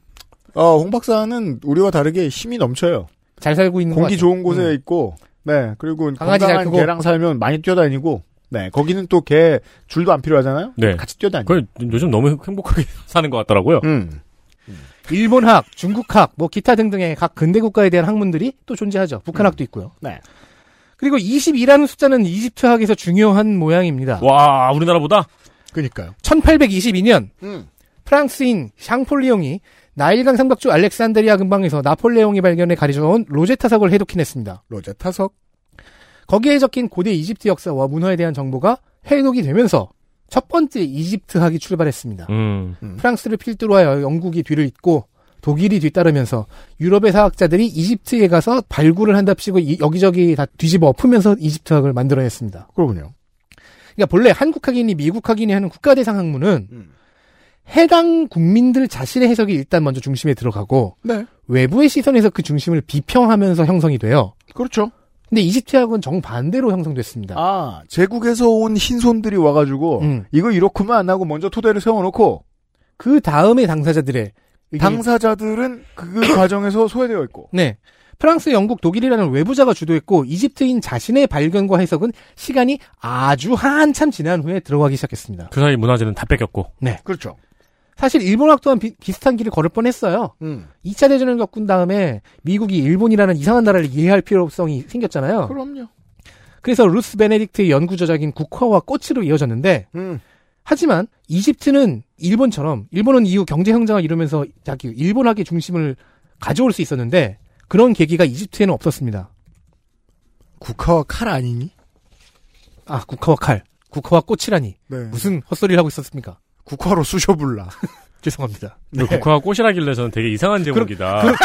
어, 홍 박사는 우리와 다르게 힘이 넘쳐요. 잘 살고 있는 공기 것 같아요. 좋은 곳에 음. 있고, 네. 그리고 강아지 잘 건강한 크고. 개랑 살면 많이 뛰어다니고, 네. 거기는 또 개 줄도 안 필요하잖아요. 네. 같이 뛰어다니. 그 요즘 너무 행복하게 사는 것 같더라고요. 음. 일본학, 중국학, 뭐 기타 등등의 각 근대 국가에 대한 학문들이 또 존재하죠. 북한학도 있고요. 네. 그리고 22라는 숫자는 이집트학에서 중요한 모양입니다. 와 우리나라보다 그니까요. 1822년 음. 프랑스인 샹폴리옹이 나일강 삼각주 알렉산드리아 근방에서 나폴레옹이 발견해 가려져온 로제타석을 해독해냈습니다. 로제타석. 거기에 적힌 고대 이집트 역사와 문화에 대한 정보가 해독이 되면서 첫 번째 이집트학이 출발했습니다. 음. 프랑스를 필두로 하여 영국이 뒤를 잇고 독일이 뒤따르면서 유럽의 사학자들이 이집트에 가서 발굴을 한답시고 이- 여기저기 다 뒤집어 엎으면서 이집트학을 만들어냈습니다. 그러군요. 그러니까 본래 한국학인이 미국학인이 하는 국가대상 학문은 음. 해당 국민들 자신의 해석이 일단 먼저 중심에 들어가고 네. 외부의 시선에서 그 중심을 비평하면서 형성이 돼요. 그렇죠. 근데 이집트학은 정반대로 형성됐습니다. 아, 제국에서 온 흰손들이 와가지고, 음. 이거 이렇게만 안 하고 먼저 토대를 세워놓고, 그 다음에 당사자들의 의견이- 당사자들은 그 과정에서 소외되어 있고, 네. 프랑스, 영국, 독일이라는 외부자가 주도했고 이집트인 자신의 발견과 해석은 시간이 아주 한참 지난 후에 들어가기 시작했습니다. 그 사이 문화재는 다 뺏겼고 그렇죠. 사실 일본학 또한 비, 비슷한 길을 걸을 뻔했어요. 음. 2차 대전을 겪은 다음에 미국이 일본이라는 이상한 나라를 이해할 필요성이 생겼잖아요. 그럼요. 그래서 루스 베네딕트의 연구 저작인 국화와 꽃으로 이어졌는데 음. 하지만 이집트는 일본처럼 일본은 이후 경제 성장을 이루면서 자기 일본학의 중심을 가져올 수 있었는데 그런 계기가 이집트에는 없었습니다. 국화와 칼 아니니? 아 국화와 칼, 국화와 꽃이라니 네. 음. 무슨 헛소리를 하고 있었습니까? 국화로 쑤셔불라. 죄송합니다. 국화가 꽃이라길래 저는 되게 이상한 제목이다. 이게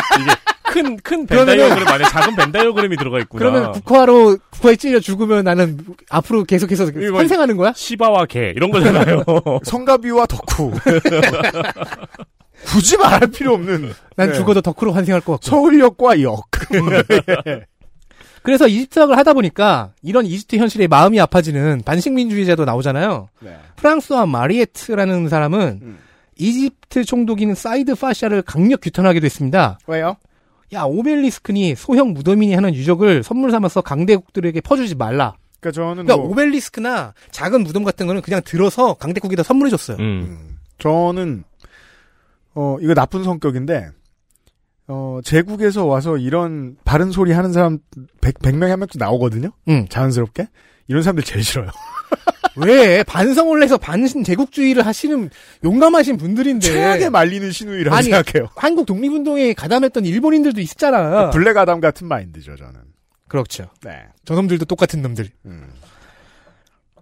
큰 큰그 그러면은- 벤다이어그램 안에 작은 벤다이어그램이 들어가 있구나. 그러면 국화로 국화에 찔려 죽으면 나는 앞으로 계속해서 이거- 환생하는 거야? 시바와 개 이런 거잖아요. 그렇죠. 성가비와 덕후. 굳이 말할 필요 없는 난 네. 죽어도 덕후로 환생할 것 같고. 서울역과 역. 그래서 이집트학을 하다 보니까 이런 이집트 현실에 마음이 아파지는 반식민주의자도 나오잖아요. 네. 프랑스와 마리에트라는 사람은 음. 이집트 총독인 사이드 파샤를 강력 규탄하기도 했습니다. 왜요? 야 오벨리스크니 소형 무덤이니 하는 유적을 선물 삼아서 강대국들에게 퍼주지 말라. 그러니까 저는 그러니까 뭐, 오벨리스크나 작은 무덤 같은 거는 그냥 들어서 강대국에다 선물해줬어요. 음. 저는 어 이거 나쁜 성격인데 어 제국에서 와서 이런 바른 소리 하는 사람 100, 100명에 한 명씩 나오거든요. 음. 네. 자연스럽게. 이런 사람들 제일 싫어요. 왜 반성을 해서 반신제국주의를 하시는 용감하신 분들인데 최악의 말리는 신우이라고 아니, 생각해요. 한국 독립운동에 가담했던 일본인들도 있잖아. 그 블랙 아담 같은 마인드죠, 저는. 그렇죠. 네. 저 놈들도 똑같은 놈들. 음.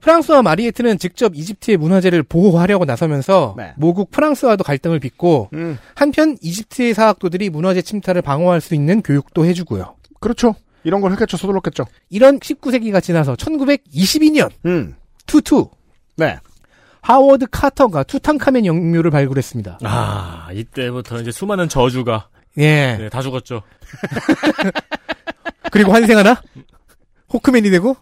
프랑스와 마리에트는 직접 이집트의 문화재를 보호하려고 나서면서 네. 모국 프랑스와도 갈등을 빚고 음. 한편 이집트의 사학도들이 문화재 침탈을 방어할 수 있는 교육도 해주고요. 그렇죠. 이런 걸 흑해쳐 서둘렀겠죠. 이런 19세기가 지나서 1922년 음. 투투 네. 하워드 카터가 투탕카멘 영묘를 발굴했습니다. 아, 이때부터 이제 수많은 저주가. 예. 네, 다 죽었죠. 그리고 환생하나? 호크맨이 되고?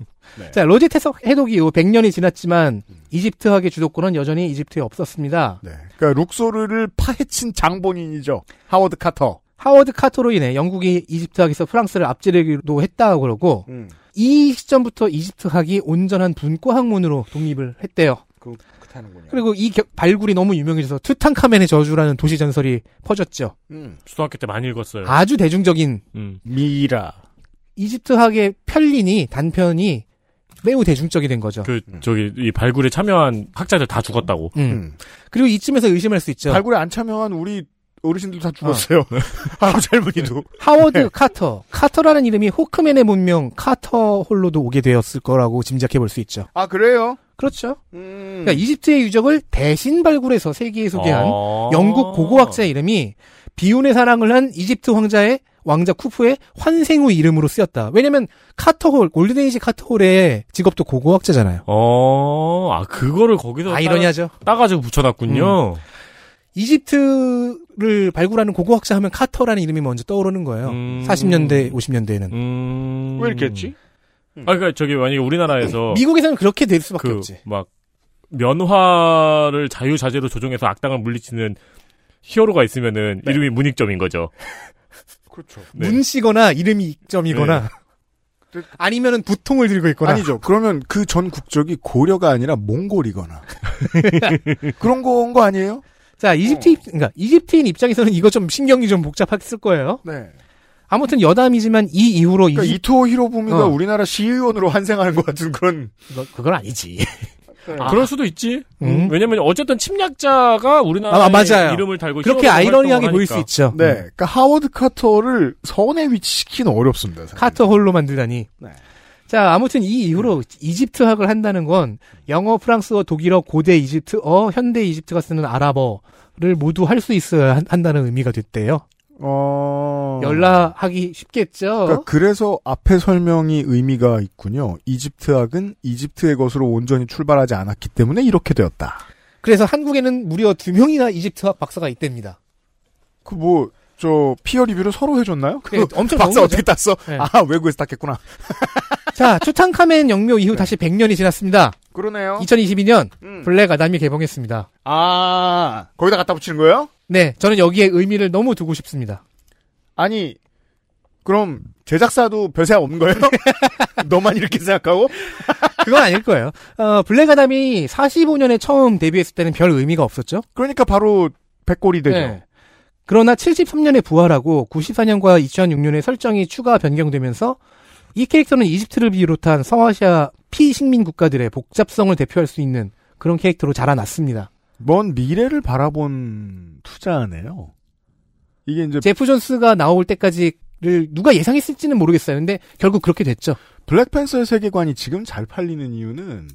자, 로제테서 해독 이후 100년이 지났지만 이집트학의 주도권은 여전히 이집트에 없었습니다. 그러니까 룩소르를 파헤친 장본인이죠. 하워드 카터. 하워드 카터로 인해 영국이 이집트학에서 프랑스를 앞지르기도 했다고 그러고 이 시점부터 이집트학이 온전한 분과 학문으로 독립을 했대요. 그, 그렇다는군요. 그리고 이 겨- 발굴이 너무 유명해져서 투탕카멘의 저주라는 도시 전설이 퍼졌죠. 음. 초등학교 때 많이 읽었어요. 음. 아주 대중적인 미라. 이집트학의 편린이 단편이 매우 대중적이 된 거죠. 그, 저기, 이 발굴에 참여한 학자들 다 죽었다고. 음. 그리고 이쯤에서 의심할 수 있죠. 발굴에 안 참여한 우리 어르신들도 다 네. 죽었어요. 할아버지 할머니도. 하워드 네. 카터. 카터라는 이름이 호크맨의 본명 카터 홀로도 오게 되었을 거라고 짐작해 볼 수 있죠. 아 그래요? 음. 그렇죠. 그러니까 음. 이집트의 유적을 대신 발굴해서 세계에 소개한 어. 아. 영국 고고학자 이름이 비운의 사랑을 한 이집트 왕자의 왕자 쿠프의 환생 후 이름으로 쓰였다. 왜냐면 카터홀 골든에이지 카터홀의 직업도 고고학자잖아요. 어, 아, 그거를 거기서. 아이러니하죠. 따, 가지고 붙여놨군요. 이집트를 발굴하는 고고학자 하면 카터라는 이름이 먼저 떠오르는 거예요. 음. 40년대, 50년대에는. 왜 이렇게 했지? 음. 아, 그니까 저기 만약에 우리나라에서. 네. 음, 미국에서는 그렇게 될 수밖에 그, 없지. 막, 면화를 자유자재로 조정해서 악당을 물리치는 히어로가 있으면은 이름이 문익점인 거죠. 그렇죠. 네. 문씨거나 이름이 익점이거나 그 아니면은 부통을 들고 있거나 아니죠. 그러면 그 전 국적이 고려가 아니라 몽골이거나 그런 건 거 아니에요? 자, 이집트 입, 그러니까 이집트인 입장에서는 이거 좀 신경이 좀 복잡했을 거예요. 네. 아무튼 여담이지만 이 이후로 그러니까 이집- 이토 히로부미가 어. 우리나라 시의원으로 환생하는 것 같은 그런 그건 아니지. 네. 그럴 수도 있지. 음. 왜냐면 어쨌든 침략자가 우리나라에 아, 맞아요. 이름을 달고 그렇게 히어로로 뭐 아이러니하게 활동을 보일 수 하니까. 있죠. 네. 그러니까 하워드 카터를 선에 위치시키는 어렵습니다. 사실. 카터 홀로 만들다니. 네. 자, 아무튼 이 이후로 이집트학을 한다는 건 영어, 프랑스어, 독일어, 고대 이집트어, 현대 이집트가 쓰는 아랍어를 모두 할 수 있어야 한- 한다는 의미가 됐대요. 어. 연락하기 쉽겠죠. 그러니까 그래서 앞에 설명이 의미가 있군요. 이집트학은 이집트의 것으로 온전히 출발하지 않았기 때문에 이렇게 되었다. 그래서 한국에는 무려 두 명이나 이집트학 박사가 있답니다. 그 뭐, 저, 피어 리뷰를 서로 해줬나요? 그 네, 엄청 박사 넣은 어떻게 땄어? 네. 아, 외국에서 땄겠구나. 자, 투탕카멘 영묘 이후 다시 100년이 지났습니다. 그러네요. 2022년 네. 어? 음. 블랙 아담이 개봉했습니다. 아, 거기다 갖다 붙이는 거예요? 네, 저는 여기에 의미를 너무 두고 싶습니다. 아니, 그럼 제작사도 별세 없는 거예요? 너만 이렇게 생각하고? 그건 아닐 거예요. 어, 블랙 아담이 45년에 처음 데뷔했을 때는 별 의미가 없었죠. 그러니까 바로 백골이 되죠. 네. 그러나 73년에 부활하고 94년과 2006년에 설정이 추가 변경되면서 이 캐릭터는 이집트를 비롯한 서아시아 피식민 국가들의 복잡성을 대표할 수 있는 그런 캐릭터로 자라났습니다. 먼 미래를 바라본 투자네요. 이게 이제 제프 존스가 나올 때까지를 누가 예상했을지는 모르겠어요. 근데 결국 그렇게 됐죠. 블랙팬서의 세계관이 지금 잘 팔리는 이유는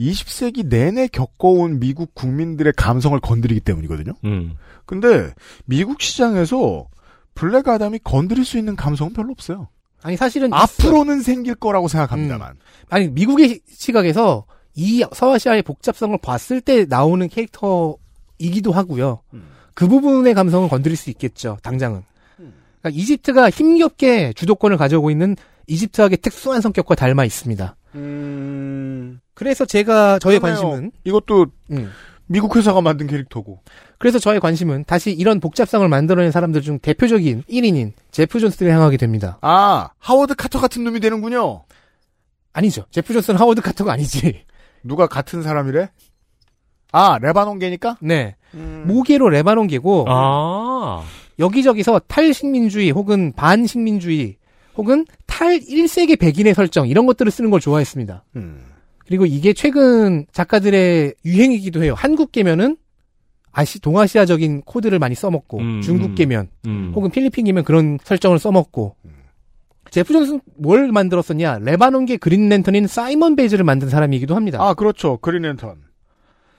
20세기 내내 겪어온 미국 국민들의 감성을 건드리기 때문이거든요. 음. 근데 미국 시장에서 블랙 아담이 건드릴 수 있는 감성은 별로 없어요. 아니 사실은 앞으로는 생길 거라고 생각합니다만. 아니 미국의 시- 시각에서 이 서아시아의 복잡성을 봤을 때 나오는 캐릭터이기도 하고요. 음. 그 부분의 감성을 건드릴 수 있겠죠. 당장은. 음. 그러니까 이집트가 힘겹게 주도권을 가져오고 있는 이집트학의 특수한 성격과 닮아 있습니다. 그래서 제가 저의 음. 그러네요. 관심은 이것도 음. 미국 회사가 만든 캐릭터고. 그래서 저의 관심은 다시 이런 복잡성을 만들어낸 사람들 중 대표적인 1인인 제프 존스를 향하게 됩니다. 아 하워드 카터 같은 놈이 되는군요. 아니죠. 제프 존스는 하워드 카터가 아니지. 누가 같은 사람이래? 아 레바논계니까? 네. 음. 모계로 어. 레바논계고 아. 여기저기서 탈식민주의 혹은 반식민주의 혹은 탈 1세기 백인의 설정 이런 것들을 쓰는 걸 좋아했습니다. 그리고 이게 최근 작가들의 유행이기도 해요. 한국 계면은 아시 동아시아적인 코드를 많이 써먹고 음, 중국 음, 계면 음. 혹은 필리핀 계면 그런 설정을 써먹고 제프 존슨 뭘 만들었었냐? 레바논계 그린 랜턴인 사이먼 베이즈를 만든 사람이기도 합니다. 아, 그렇죠. 그린 랜턴.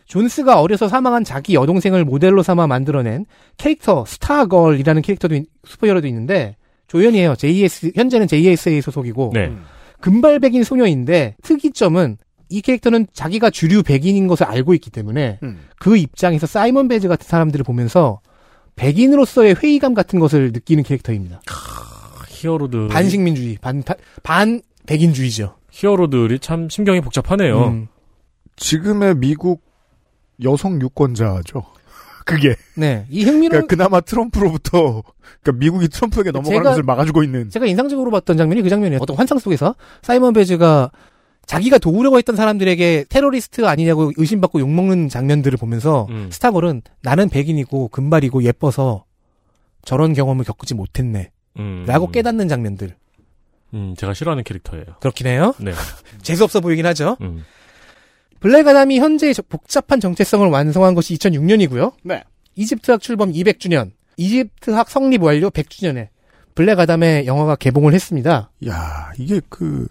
존스가 어려서 사망한 자기 여동생을 모델로 삼아 만들어낸 캐릭터 스타걸이라는 캐릭터도 있- 슈퍼히어로도 있는데 조연이 해요. JS 현재는 JSA 소속이고 네. 금발 백인 소녀인데 특이점은 이 캐릭터는 자기가 주류 백인인 것을 알고 있기 때문에 그 입장에서 사이먼 베즈 같은 사람들을 보면서 백인으로서의 회의감 같은 것을 느끼는 캐릭터입니다. 히어로들 반식민주의, 반, 타- 반 백인주의죠. 히어로들이 참 심경이 복잡하네요. 음. 지금의 미국 여성 유권자죠. 그게. 네. 이 흥미로운- 그나마 트럼프로부터 그러니까 미국이 트럼프에게 넘어가는 제가- 것을 막아주고 있는 제가 인상적으로 봤던 장면이 그 장면이에요. 어떤 환상 속에서 사이먼 베즈가 자기가 도우려고 했던 사람들에게 테러리스트 아니냐고 의심받고 욕먹는 장면들을 보면서 스타걸은 나는 백인이고 금발이고 예뻐서 저런 경험을 겪지 못했네. 음. 라고 깨닫는 장면들. 음, 제가 싫어하는 캐릭터예요. 그렇긴 해요. 네. 재수없어 보이긴 하죠. 음. 블랙 아담이 현재의 저- 복잡한 정체성을 완성한 것이 2006년이고요. 네. 이집트학 출범 200주년, 이집트학 성립 완료 100주년에 블랙 아담의 영화가 개봉을 했습니다. 야 이게 그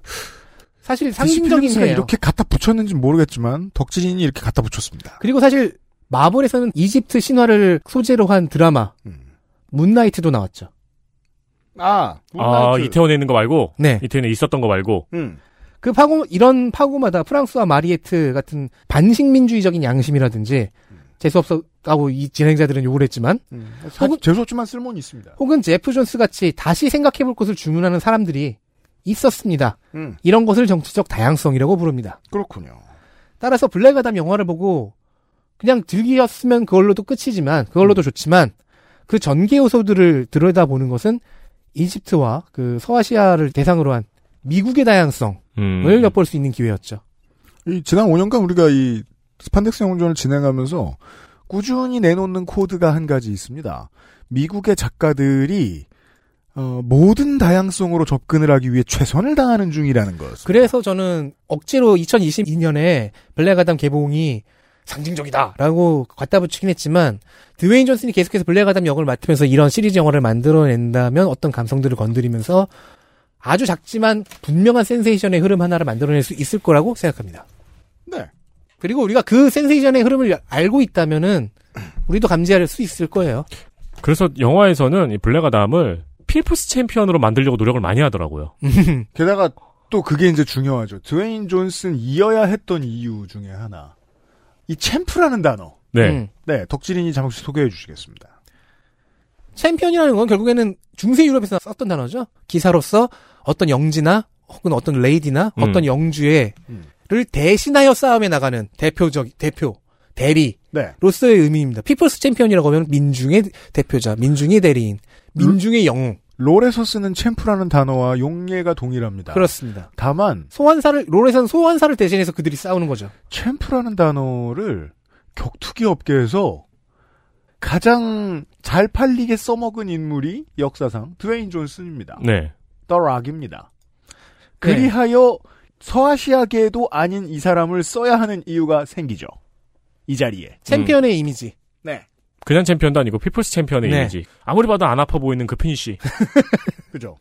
사실 상징적인 디시플린스가 해예요. 이렇게 갖다 붙였는지 는 모르겠지만 덕질인이 이렇게 갖다 붙였습니다. 그리고 사실 마블에서는 이집트 신화를 소재로 한 드라마 문나이트도 나왔죠. 아, 아, 이태원에 있는 거 말고 네. 이태원에 있었던 거 말고 그 파고 이런 파고마다 프랑스와 마리에트 같은 반식민주의적인 양심이라든지 재수 없었다고 이 진행자들은 욕을 했지만 어, 혹은- 재수없지만 쓸모는 음, 있습니다. 혹은 제프 존스 같이 다시 생각해볼 것을 주문하는 사람들이 있었습니다. 음. 이런 것을 정치적 다양성이라고 부릅니다. 그렇군요. 따라서 블랙아담 영화를 보고 그냥 즐기었으면 그걸로도 끝이지만 그걸로도 좋지만 그 전개 요소들을 들여다보는 것은 이집트와 그 서아시아를 대상으로 한 미국의 다양성을 음. 엿볼 수 있는 기회였죠. 이 지난 5년간 우리가 이 스판덱스 영웅전을 진행하면서 꾸준히 내놓는 코드가 한 가지 있습니다. 미국의 작가들이 어, 모든 다양성으로 접근을 하기 위해 최선을 다하는 중이라는 것. 그래서 저는 억지로 2022년에 블랙아담 개봉이 상징적이다라고 갖다 붙이긴 했지만 드웨인 존슨이 계속해서 블랙아담 역을 맡으면서 이런 시리즈 영화를 만들어낸다면 어떤 감성들을 건드리면서 아주 작지만 분명한 센세이션의 흐름 하나를 만들어낼 수 있을 거라고 생각합니다. 네. 그리고 우리가 그 센세이션의 흐름을 알고 있다면은 우리도 감지할 수 있을 거예요. 그래서 영화에서는 이 블랙아담을 필프스 챔피언으로 만들려고 노력을 많이 하더라고요. 게다가 또 그게 이제 중요하죠. 드웨인 존슨 이어야 했던 이유 중에 하나. 이 챔프라는 단어. 네. 음. 네, 덕질인이 잠시 소개해 주시겠습니다. 챔피언이라는 건 결국에는 중세 유럽에서 썼던 단어죠. 기사로서 어떤 영지나 혹은 어떤 레이디나 음. 어떤 영주의를 대신하여 싸움에 나가는 대표적 대표 대리로서의 네. 의미입니다. 피플스 챔피언이라고 하면 민중의 대표자, 민중의 대리인, 민중의 영웅. 음. 롤에서 쓰는 챔프라는 단어와 용례가 동일합니다. 그렇습니다. 다만 소환사를 롤에서는 소환사를 대신해서 그들이 싸우는 거죠. 음. 챔프라는 단어를 격투기 업계에서 가장 잘 팔리게 써먹은 인물이 역사상 드웨인 존슨입니다. 네. 더 락입니다. 그리하여 서아시아계도 아닌 이 사람을 써야 하는 이유가 생기죠. 이 자리에. 챔피언의 이미지. 네. 그냥 챔피언도 아니고 필프스 챔피언의 네. 이미지. 아무리 봐도 안 아파 보이는 그 피니쉬. 그죠.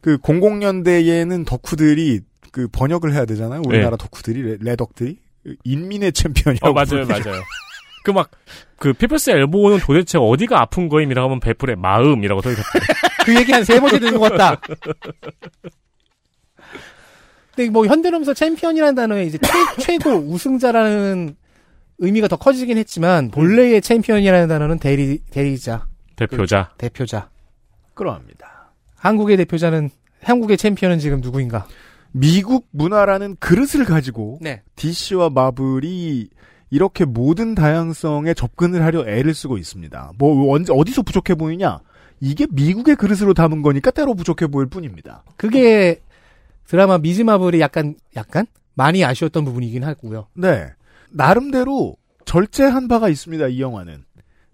그 00년대에는 덕후들이 그 번역을 해야 되잖아요. 우리나라 네. 덕후들이 레- 레덕들이 그 인민의 챔피언이라고 어, 맞아요, 부르죠. 맞아요. 그 막, 그 피플스 엘보는 도대체 어디가 아픈 거임이라고 하면 베풀의 마음이라고 써있었어요. 그 얘기 한 세 번째 듣는 것 같다. 근데 뭐 현대로면서 챔피언이라는 단어에 이제 최, 고 우승자라는 의미가 더 커지긴 했지만 본래의 챔피언이라는 단어는 대리 대리자 대표자. 대표자. 그러합니다. 한국의 대표자는 한국의 챔피언은 지금 누구인가? 미국 문화라는 그릇을 가지고 네. DC와 마블이 이렇게 모든 다양성에 접근을 하려 애를 쓰고 있습니다. 뭐 언제 어디서 부족해 보이냐? 이게 미국의 그릇으로 담은 거니까 때로 부족해 보일 뿐입니다. 그게 드라마 미즈마블이 약간 약간 많이 아쉬웠던 부분이긴 하고요. 네. 나름대로 절제한 바가 있습니다. 이 영화는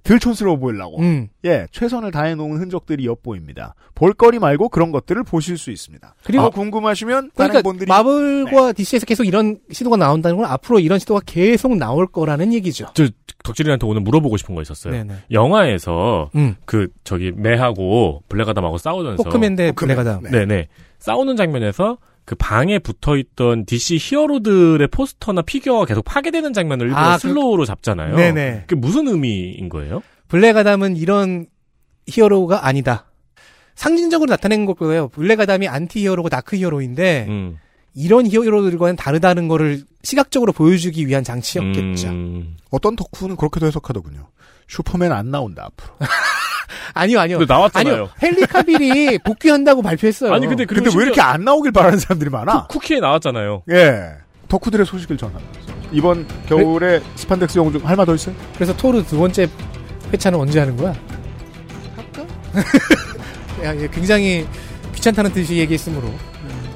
들촌스러워 보이려고 음. 예 최선을 다해 놓은 흔적들이 엿보입니다. 볼거리 말고 그런 것들을 보실 수 있습니다. 그리고 더 궁금하시면 다른 그러니까 분들이 네. 마블과 DC에서 계속 이런 시도가 나온다는 건 앞으로 이런 시도가 계속 나올 거라는 얘기죠. 저, 덕질이한테 오늘 물어보고 싶은 거 있었어요. 네네. 영화에서 음. 그 저기 매하고 블랙아담하고 싸우면서 호크맨 대 블랙아담. 네. 네네 싸우는 장면에서 그 방에 붙어 있던 DC 히어로들의 포스터나 피규어가 계속 파괴되는 장면을 일부러 아, 그- 슬로우로 잡잖아요. 네네. 그게 무슨 의미인 거예요? 블랙아담은 이런 히어로가 아니다. 상징적으로 나타낸 것 거예요. 블랙아담이 안티 히어로고 다크 히어로인데 음. 이런 히어로들과는 다르다는 거를 시각적으로 보여주기 위한 장치였겠죠. 음. 어떤 덕후는 그렇게도 해석하더군요. 슈퍼맨 안 나온다 앞으로. 아니요, 아니요. 근데 나왔잖아요. 아니요. 헨리 카빌이 복귀한다고 발표했어요. 그 아니, 네. 근데 그리고 근데 왜 이렇게 심지어- 안 나오길 바라는 사람들이 많아? 쿠키에 나왔잖아요. 예. 덕후들의 소식을 전합니다. 이번 겨울에 스판덱스 영웅 중 할말 더 있어요? 그래서 토르 두 번째 회차는 언제 하는 거야? 할까? 야, 얘 굉장히 귀찮다는 듯이 얘기했으므로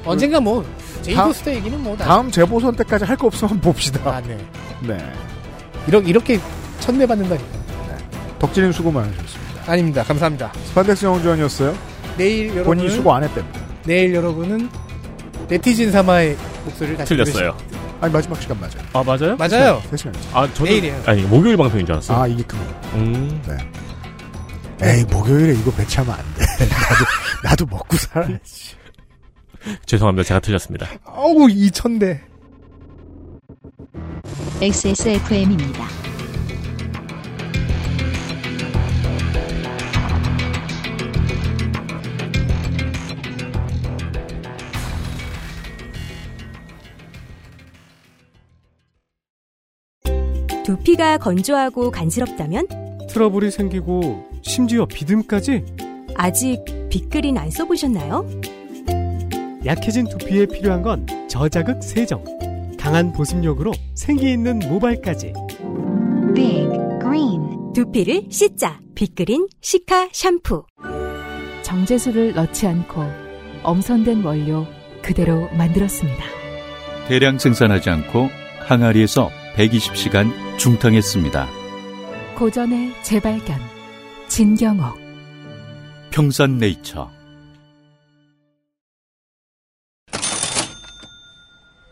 언젠가 뭐 음. 그 다음- 제이코스터 얘기는 뭐 나- 다음 재보선 때까지 할 거 없으면 한번 봅시다. 네. 네. 이렇게 이렇게 천대 받는다니까. 덕질인 수고 많으셨습니다. 아닙니다. 감사합니다. 스판덱스 영웅전이었어요. 내일 여러분 본인 수고 안 했답니다. 내일 여러분은 네티즌 사마의 목소리를 다시 틀렸어요. 아니 마지막 시간 맞아요. 아 맞아요? 맞아요. 세 시간. 세 시간. 아 저는 내일이에요. 아니 목요일 방송인 줄 알았어. 아 이게 그. 음. 네. 에이 목요일에 이거 배치하면 안 돼. 나도 나도 먹고 살아야지. 죄송합니다. 제가 틀렸습니다. 어우 이 천대. XSFM입니다. 두피가 건조하고 간지럽다면 트러블이 생기고 심지어 비듬까지 아직 빅그린 안 써보셨나요? 약해진 두피에 필요한 건 저자극 세정. 강한 보습력으로 생기 있는 모발까지. 빅 그린 두피를 씻자 빅그린 시카 샴푸 정제수를 넣지 않고 엄선된 원료 그대로 만들었습니다. 대량 생산하지 않고 항아리에서 120시간 중탕했습니다. 고전의 재발견 진경옥 평산네이처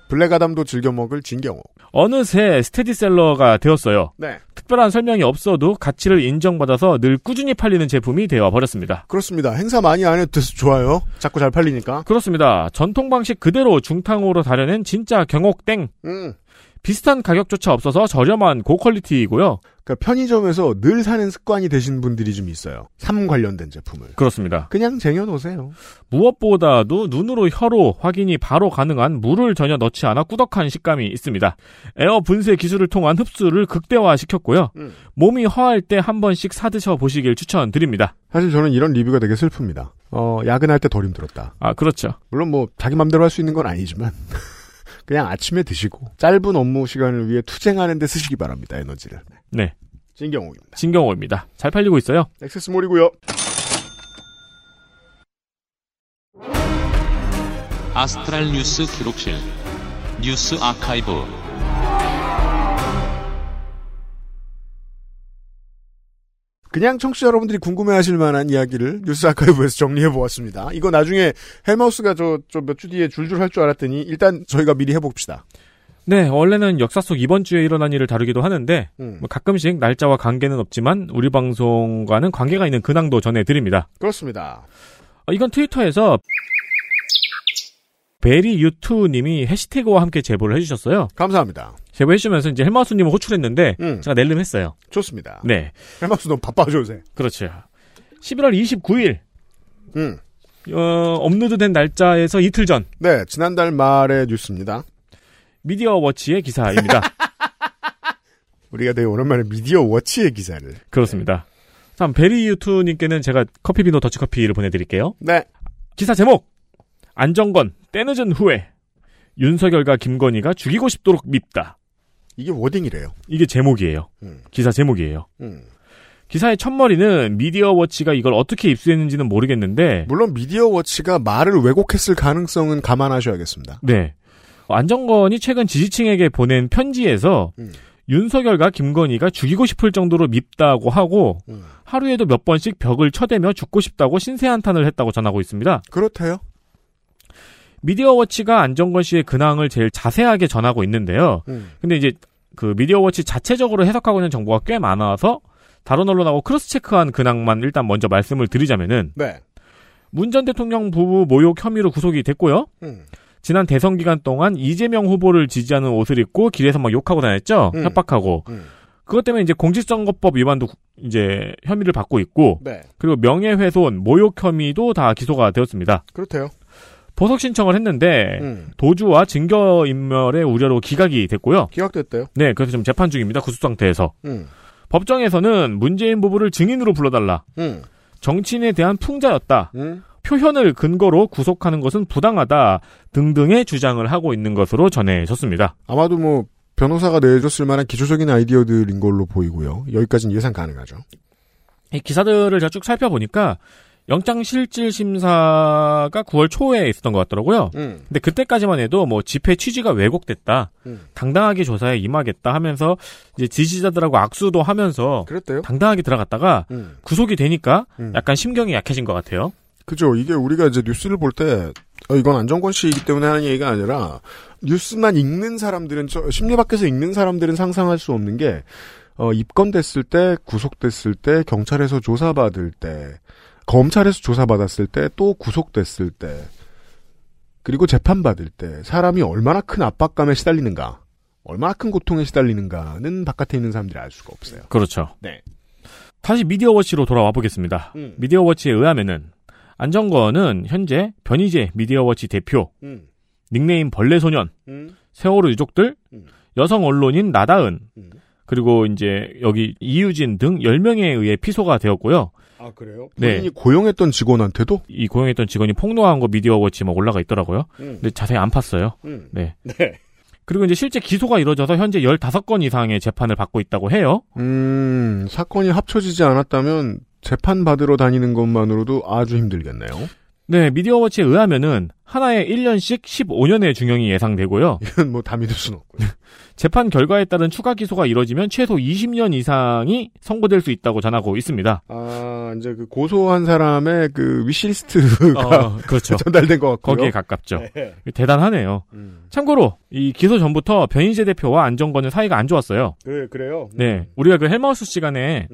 블랙아담도 즐겨 먹을 진경호. 어느새 스테디셀러가 되었어요. 네. 특별한 설명이 없어도 가치를 인정받아서 늘 꾸준히 팔리는 제품이 되어 버렸습니다. 그렇습니다. 행사 많이 안 해도 돼서 좋아요. 자꾸 잘 팔리니까. 그렇습니다. 전통 방식 그대로 중탕으로 다려낸 진짜 경옥땡. 음. 비슷한 가격조차 없어서 저렴한 고퀄리티이고요. 그러니까 편의점에서 늘 사는 습관이 되신 분들이 좀 있어요. 삶 관련된 제품을. 그렇습니다. 그냥 쟁여놓으세요. 무엇보다도 눈으로 혀로 확인이 바로 가능한 물을 전혀 넣지 않아 꾸덕한 식감이 있습니다. 에어 분쇄 기술을 통한 흡수를 극대화시켰고요. 몸이 허할 때 한 번씩 사드셔 보시길 추천드립니다. 사실 저는 이런 리뷰가 되게 슬픕니다. 어, 야근할 때 덜 힘들었다. 아, 그렇죠. 물론 뭐, 자기 맘대로 할 수 있는 건 아니지만, 그냥 아침에 드시고, 짧은 업무 시간을 위해 투쟁하는데 쓰시기 바랍니다, 에너지를. 네. 진경옥입니다. 진경호입니다. 잘 팔리고 있어요. 엑세스몰이고요 아스트랄 뉴스 기록실 뉴스 아카이브 그냥 청취자 여러분들이 궁금해하실 만한 이야기를 뉴스 아카이브에서 정리해보았습니다. 이거 나중에 헬마우스가 저, 저 몇 주 뒤에 줄줄 할 줄 알았더니, 일단 저희가 미리 해봅시다. 네, 원래는 역사 속 이번 주에 일어난 일을 다루기도 하는데 음, 뭐 가끔씩 날짜와 관계는 없지만 우리 방송과는 관계가 있는 근황도 전해드립니다. 그렇습니다. 어, 이건 트위터에서 베리 유투님이 해시태그와 함께 제보를 해주셨어요. 감사합니다. 제보해주면서 이제 헬마우스님을 호출했는데 음. 아. 제가 낼름했어요. 좋습니다. 네, 헬마우스 너무 바빠져 요새. 그렇죠. 11월 29일 음. 어, 업로드된 날짜에서 이틀 전 네, 지난달 말의 뉴스입니다. 미디어 워치의 기사입니다. 우리가 되게 오랜만에 미디어 워치의 기사를. 그렇습니다. 참 베리 유투님께는 제가 커피비노 더치커피를 보내드릴게요. 네. 기사 제목 안정건 때늦은 후에 윤석열과 김건희가 죽이고 싶도록 밉다. 이게 워딩이래요. 이게 제목이에요. 음. 기사 제목이에요. 음. 기사의 첫머리는 미디어 워치가 이걸 어떻게 입수했는지는 모르겠는데 물론 미디어 워치가 말을 왜곡했을 가능성은 감안하셔야겠습니다. 네. 안정건이 최근 지지층에게 보낸 편지에서 윤석열과 김건희가 죽이고 싶을 정도로 밉다고 하고 하루에도 몇 번씩 벽을 쳐대며 죽고 싶다고 신세한탄을 했다고 전하고 있습니다. 그렇대요. 미디어 워치가 안정건 씨의 근황을 제일 자세하게 전하고 있는데요. 음. 근데 이제 그 미디어워치 자체적으로 해석하고 있는 정보가 꽤 많아서 다른 언론하고 크로스체크한 근황만 일단 먼저 말씀을 드리자면은 네. 문 전 대통령 부부 모욕 혐의로 구속이 됐고요. 음. 지난 대선 기간 동안 이재명 후보를 지지하는 옷을 입고 길에서 막 욕하고 다녔죠. 음. 협박하고. 그것 때문에 이제 공직선거법 위반도 구- 이제 혐의를 받고 있고 네. 그리고 명예훼손, 모욕 혐의도 다 기소가 되었습니다. 그렇대요. 보석 신청을 했는데 음. 도주와 증거 인멸의 우려로 기각이 됐고요. 기각됐대요. 네, 그래서 지금 재판 중입니다. 구속 상태에서 음. 법정에서는 문재인 부부를 증인으로 불러달라. 음. 정치인에 대한 풍자였다. 음. 표현을 근거로 구속하는 것은 부당하다 등등의 주장을 하고 있는 것으로 전해졌습니다. 아마도 뭐 변호사가 내줬을 만한 기초적인 아이디어들인 걸로 보이고요. 여기까지는 예상 가능하죠. 이 기사들을 제가 쭉 살펴보니까 영장 실질 심사가 9월 초에 있었던 것 같더라고요. 음. 근데 그때까지만 해도 뭐 집회 취지가 왜곡됐다, 음. 당당하게 조사에 임하겠다 하면서 이제 지지자들하고 악수도 하면서 당당하게 들어갔다가 음. 구속이 되니까 그렇죠. 음. 약간 심경이 약해진 것 같아요. 그죠. 이게 우리가 이제 뉴스를 볼 때 어, 이건 안정권 씨이기 때문에 하는 얘기가 아니라 뉴스만 읽는 사람들은 저- 심리 밖에서 읽는 사람들은 상상할 수 없는 게 어, 입건됐을 때 구속됐을 때 경찰에서 조사받을 때 검찰에서 조사받았을 때 또 구속됐을 때 그리고 재판받을 때 사람이 얼마나 큰 압박감에 시달리는가 얼마나 큰 고통에 시달리는가는 바깥에 있는 사람들이 알 수가 없어요. 그렇죠. 네. 다시 미디어워치로 돌아와 보겠습니다. 음. 미디어워치에 의하면은 안정권은 현재 변희재 미디어워치 대표, 음. 닉네임 벌레소년, 음. 세월호 유족들, 여성 언론인 나다은, 음. 그리고 이제 여기 이유진 등 10명에 의해 피소가 되었고요. 아 그래요? 네. 본인이 고용했던 직원한테도 이 고용했던 직원이 폭로한 거 미디어워치 막 올라가 있더라고요. 음. 근데 자세히 안 팠어요. 음. 네. 그리고 이제 실제 기소가 이루어져서 현재 15건 이상의 재판을 받고 있다고 해요. 음, 사건이 합쳐지지 않았다면 재판 받으러 다니는 것만으로도 아주 힘들겠네요. 네, 미디어워치에 의하면은 하나에 1년씩 15년의 중형이 예상되고요. 이건 뭐 다 믿을 순 없고요. 재판 결과에 따른 추가 기소가 이뤄지면 최소 20년 이상이 선고될 수 있다고 전하고 있습니다. 아, 이제 그 고소한 사람의 그 위시리스트가 어, 그렇죠. 전달된 것 같고요. 거기에 가깝죠. 네. 음, 대단하네요. 참고로 이 기소 전부터 변희재 대표와 안정권은 사이가 안 좋았어요. 그래, 그래요. 음. 네, 우리가 그 헬마우스 시간에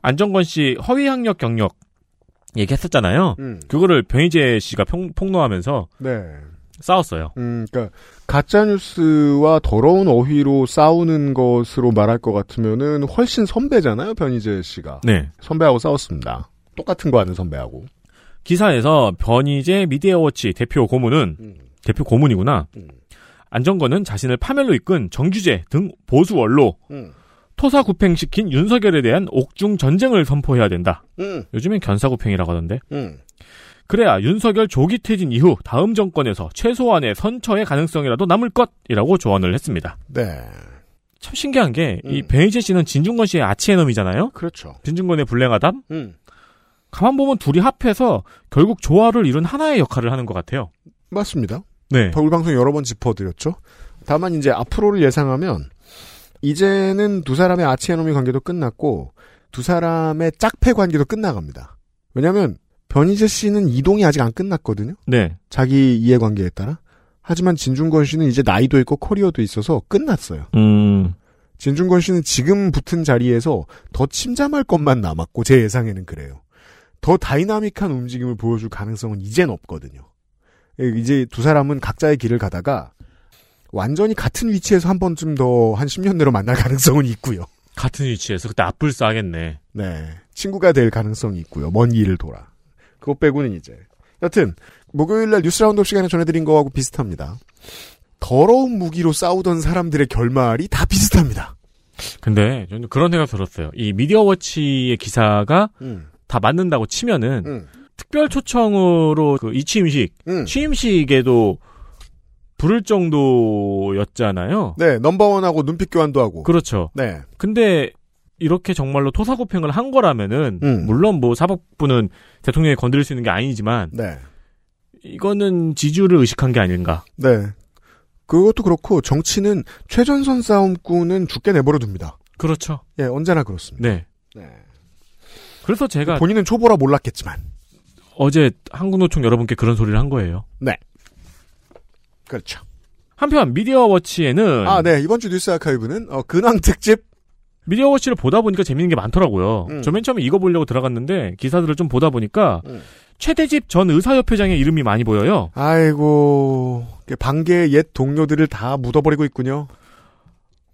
안정권 씨 허위 학력 경력 얘기했었잖아요. 음. 그거를 변희재 씨가 평, 폭로하면서 네. 싸웠어요. 음, 그러니까 가짜 뉴스와 더러운 어휘로 싸우는 것으로 말할 것 같으면은 훨씬 선배잖아요, 변희재 씨가. 네. 선배하고 싸웠습니다. 똑같은 거 하는 선배하고. 기사에서 변희재 미디어워치 대표 고문은 음, 대표 고문이구나. 안정권은 자신을 파멸로 이끈 정규재 등 보수 원로 음. 토사구팽시킨 윤석열에 대한 옥중 전쟁을 선포해야 된다. 음. 요즘엔 견사구팽이라고 하던데. 음. 그래야 윤석열 조기 퇴진 이후 다음 정권에서 최소한의 선처의 가능성이라도 남을 것이라고 조언을 했습니다. 네. 참 신기한 게, 이 베이제 씨는 진중권 씨의 아치에놈이잖아요? 그렇죠. 진중권의 불량하담? 음. 가만 보면 둘이 합해서 결국 조화를 이룬 하나의 역할을 하는 것 같아요. 맞습니다. 네. 우리 방송 여러 번 짚어드렸죠. 다만 이제 앞으로를 예상하면 이제는 두 사람의 아치에노미 관계도 끝났고 두 사람의 짝패 관계도 끝나갑니다. 왜냐하면 변희재 씨는 이동이 아직 안 끝났거든요. 네. 자기 이해관계에 따라. 하지만 진중권 씨는 이제 나이도 있고 커리어도 있어서 끝났어요. 음. 진중권 씨는 지금 붙은 자리에서 더 침잠할 것만 남았고 제 예상에는 그래요. 더 다이나믹한 움직임을 보여줄 가능성은 이젠 없거든요. 예, 이제 두 사람은 각자의 길을 가다가 완전히 같은 위치에서 한 번쯤 더 한 10년 내로 만날 가능성은 있고요. 같은 위치에서 그때 앞불 싸겠네. 네. 친구가 될 가능성이 있고요. 먼 길을 돌아. 그것 빼고는 이제. 여튼 목요일날 뉴스 라운드업 시간에 전해드린 거하고 비슷합니다. 더러운 무기로 싸우던 사람들의 결말이 다 비슷합니다. 근데 저는 그런 생각 들었어요. 이 미디어워치의 기사가 음. 다 맞는다고 치면은 음. 특별 초청으로 그 이취임식, 취임식에도 부를 정도였잖아요. 네, 넘버원하고 눈빛 교환도 하고. 그렇죠. 네. 근데 이렇게 정말로 토사구팽을 한 거라면은 음. 물론 뭐 사법부는 대통령이 건드릴 수 있는 게 아니지만 네. 이거는 지주를 의식한 게 아닌가. 네. 그것도 그렇고 정치는 최전선 싸움꾼은 죽게 내버려 둡니다. 그렇죠. 예, 언제나 그렇습니다. 네. 그래서 제가 본인은 초보라 몰랐겠지만. 어제 한국노총 여러분께 그런 소리를 한 거예요. 네. 그렇죠. 한편 미디어워치에는 아, 네. 이번 주 뉴스 아카이브는 어, 근황 특집 미디어워치를 보다 보니까 재밌는 게 많더라고요. 음. 저 맨 처음에 이거 보려고 들어갔는데 기사들을 좀 보다 보니까 음. 최대집 전 의사협회장의 이름이 많이 보여요. 아이고 방계 옛 동료들을 다 묻어버리고 있군요.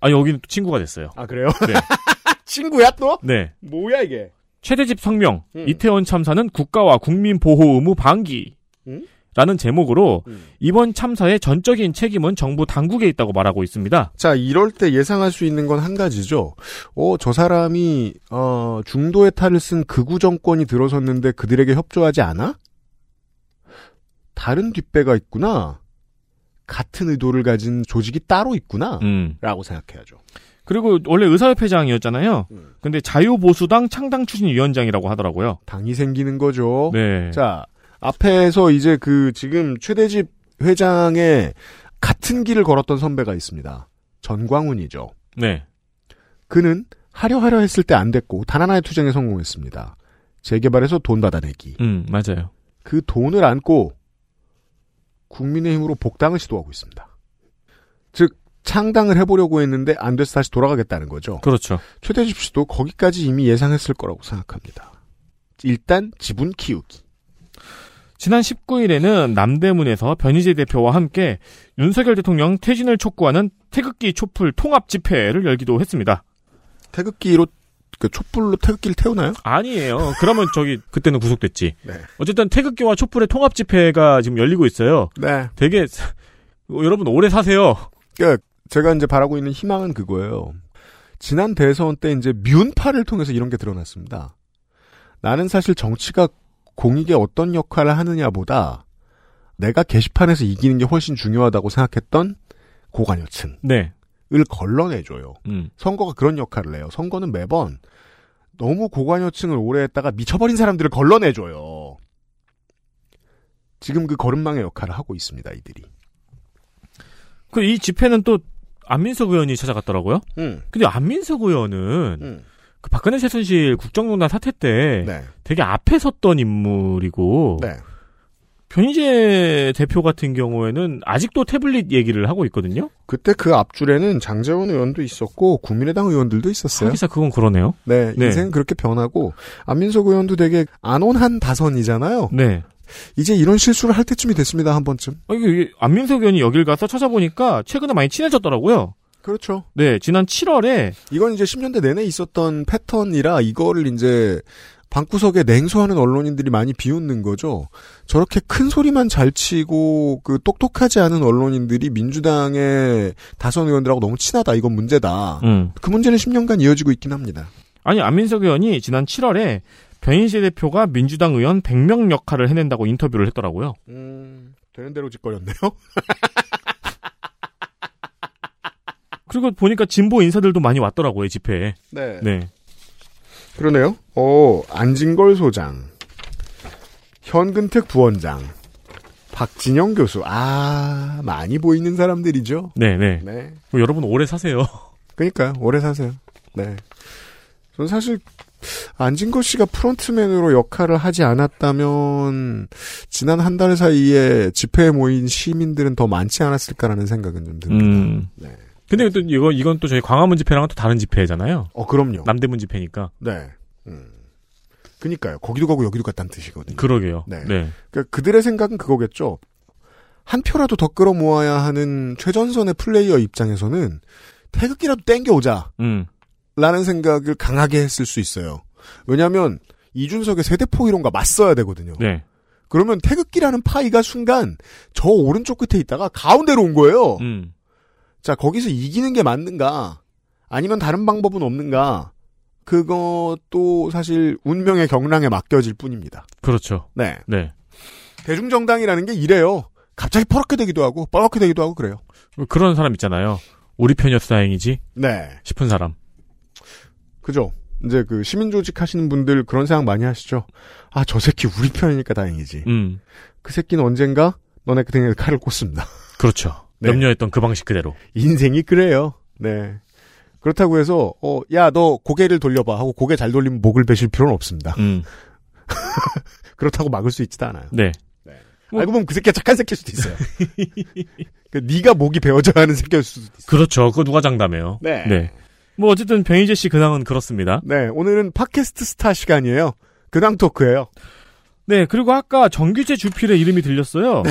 아 여기는 또 친구가 됐어요. 아 그래요? 네. 친구야 또? 네. 뭐야 이게? 최대집 성명 음. 이태원 참사는 국가와 국민 보호 의무 방기. 음? 라는 제목으로 이번 참사의 전적인 책임은 정부 당국에 있다고 말하고 있습니다. 자, 이럴 때 예상할 수 있는 건 한 가지죠. 어, 저 사람이 어, 중도의 탈을 쓴 극우 정권이 들어섰는데 그들에게 협조하지 않아? 다른 뒷배가 있구나. 같은 의도를 가진 조직이 따로 있구나. 음. 라고 생각해야죠. 그리고 원래 의사협회장이었잖아요. 음. 근데 자유보수당 창당 추진위원장이라고 하더라고요. 당이 생기는 거죠. 네. 어? 자, 앞에서 이제 그 지금 최대집 회장의 같은 길을 걸었던 선배가 있습니다. 전광훈이죠. 네. 그는 하려 하려 했을 때 안 됐고 단 하나의 투쟁에 성공했습니다. 재개발에서 돈 받아내기. 음, 맞아요. 그 돈을 안고 국민의힘으로 복당을 시도하고 있습니다. 즉 창당을 해보려고 했는데 안 돼서 다시 돌아가겠다는 거죠. 그렇죠. 최대집 씨도 거기까지 이미 예상했을 거라고 생각합니다. 일단 지분 키우기. 지난 19일에는 남대문에서 변희재 대표와 함께 윤석열 대통령 퇴진을 촉구하는 태극기 촛불 통합 집회를 열기도 했습니다. 태극기로 그 촛불로 태극기를 태우나요? 아니에요. 그러면 저기 그때는 구속됐지. 네. 어쨌든 태극기와 촛불의 통합 집회가 지금 열리고 있어요. 네. 되게 사- 어, 여러분 오래 사세요. 그러니까 제가 이제 바라고 있는 희망은 그거예요. 지난 대선 때 이제 미운파를 통해서 이런 게 드러났습니다. 나는 사실 정치가 공익에 어떤 역할을 하느냐보다 내가 게시판에서 이기는 게 훨씬 중요하다고 생각했던 고관여층을 네. 걸러내줘요. 음. 선거가 그런 역할을 해요. 선거는 매번 너무 고관여층을 오래 했다가 미쳐버린 사람들을 걸러내줘요. 지금 그 걸음망의 역할을 하고 있습니다, 이들이. 그 이 집회는 또 안민석 의원이 찾아갔더라고요. 음, 근데 안민석 의원은 음. 그 박근혜 최순실 국정농단 사태 때 네. 되게 앞에 섰던 인물이고 네. 변희재 대표 같은 경우에는 아직도 태블릿 얘기를 하고 있거든요. 그때 그 앞줄에는 장재원 의원도 있었고 국민의당 의원들도 있었어요. 하기사 그건 그러네요. 네, 네. 인생 그렇게 변하고 안민석 의원도 되게 안온한 다선이잖아요. 네. 이제 이런 실수를 할 때쯤이 됐습니다 한 번쯤. 아, 이게, 이게 안민석 의원이 여길 가서 찾아보니까 최근에 많이 친해졌더라고요. 그렇죠. 네, 지난 7월에 이건 이제 10년대 내내 있었던 패턴이라 이거를 이제 방구석에 냉소하는 언론인들이 많이 비웃는 거죠. 저렇게 큰 소리만 잘 치고 그 똑똑하지 않은 언론인들이 민주당의 다선 의원들하고 너무 친하다. 이건 문제다. 음. 그 문제는 10년간 이어지고 있긴 합니다. 아니 안민석 의원이 지난 7월에 변희재 대표가 민주당 의원 100명 역할을 해낸다고 인터뷰를 했더라고요. 음, 되는 대로 짓거렸네요. 그리고 보니까 진보 인사들도 많이 왔더라고요 집회에. 네. 네. 그러네요. 어, 안진걸 소장, 현근택 부원장, 박진영 교수. 아, 많이 보이는 사람들이죠. 네, 네. 네. 그럼 여러분 오래 사세요. 그러니까요. 오래 사세요. 네. 전 사실 안진걸 씨가 프론트맨으로 역할을 하지 않았다면 지난 한 달 사이에 집회에 모인 시민들은 더 많지 않았을까라는 생각은 좀 듭니다. 음. 네. 근데 또 이거 이건 또 저희 광화문 집회랑은 또 다른 집회잖아요. 어, 그럼요. 남대문 집회니까. 네. 음. 그니까요. 거기도 가고 여기도 갔다는 뜻이거든요. 그러게요. 네. 네. 그러니까 그들의 생각은 그거겠죠. 한 표라도 더 끌어모아야 하는 최전선의 플레이어 입장에서는 태극기라도 땡겨오자라는 음. 생각을 강하게 했을 수 있어요. 왜냐하면 이준석의 세대포 이론과 맞서야 되거든요. 네. 그러면 태극기라는 파이가 순간 저 오른쪽 끝에 있다가 가운데로 온 거예요. 음. 자 거기서 이기는 게 맞는가 아니면 다른 방법은 없는가 그것도 사실 운명의 경랑에 맡겨질 뿐입니다. 그렇죠. 네. 네. 대중정당이라는 게 이래요. 갑자기 퍼렇게 되기도 하고 뻘겋게 되기도 하고 그래요. 그런 사람 있잖아요. 우리 편이었어 다행이지 네, 싶은 사람. 그죠. 이제 그 시민조직 하시는 분들 그런 생각 많이 하시죠. 아 저 새끼 우리 편이니까 다행이지. 음. 그 새끼는 언젠가 너네 등에 칼을 꽂습니다. 그렇죠. 네. 염려했던 그 방식 그대로. 인생이 그래요. 네. 그렇다고 해서 어야 너 고개를 돌려봐 하고 고개 잘 돌리면 목을 베실 필요는 없습니다. 음. 그렇다고 막을 수 있지도 않아요. 네. 알고 보면 그 새끼가 착한 새끼일 수도 있어요. 그 네가 목이 베어져야 하는 새끼일 수도 있어요. 그렇죠. 그거 누가 장담해요. 네. 뭐 어쨌든 병희재 씨 근황은 그렇습니다. 네, 오늘은 팟캐스트 스타 시간이에요. 근황 토크예요. 네, 그리고 아까 정규재 주필의 이름이 들렸어요.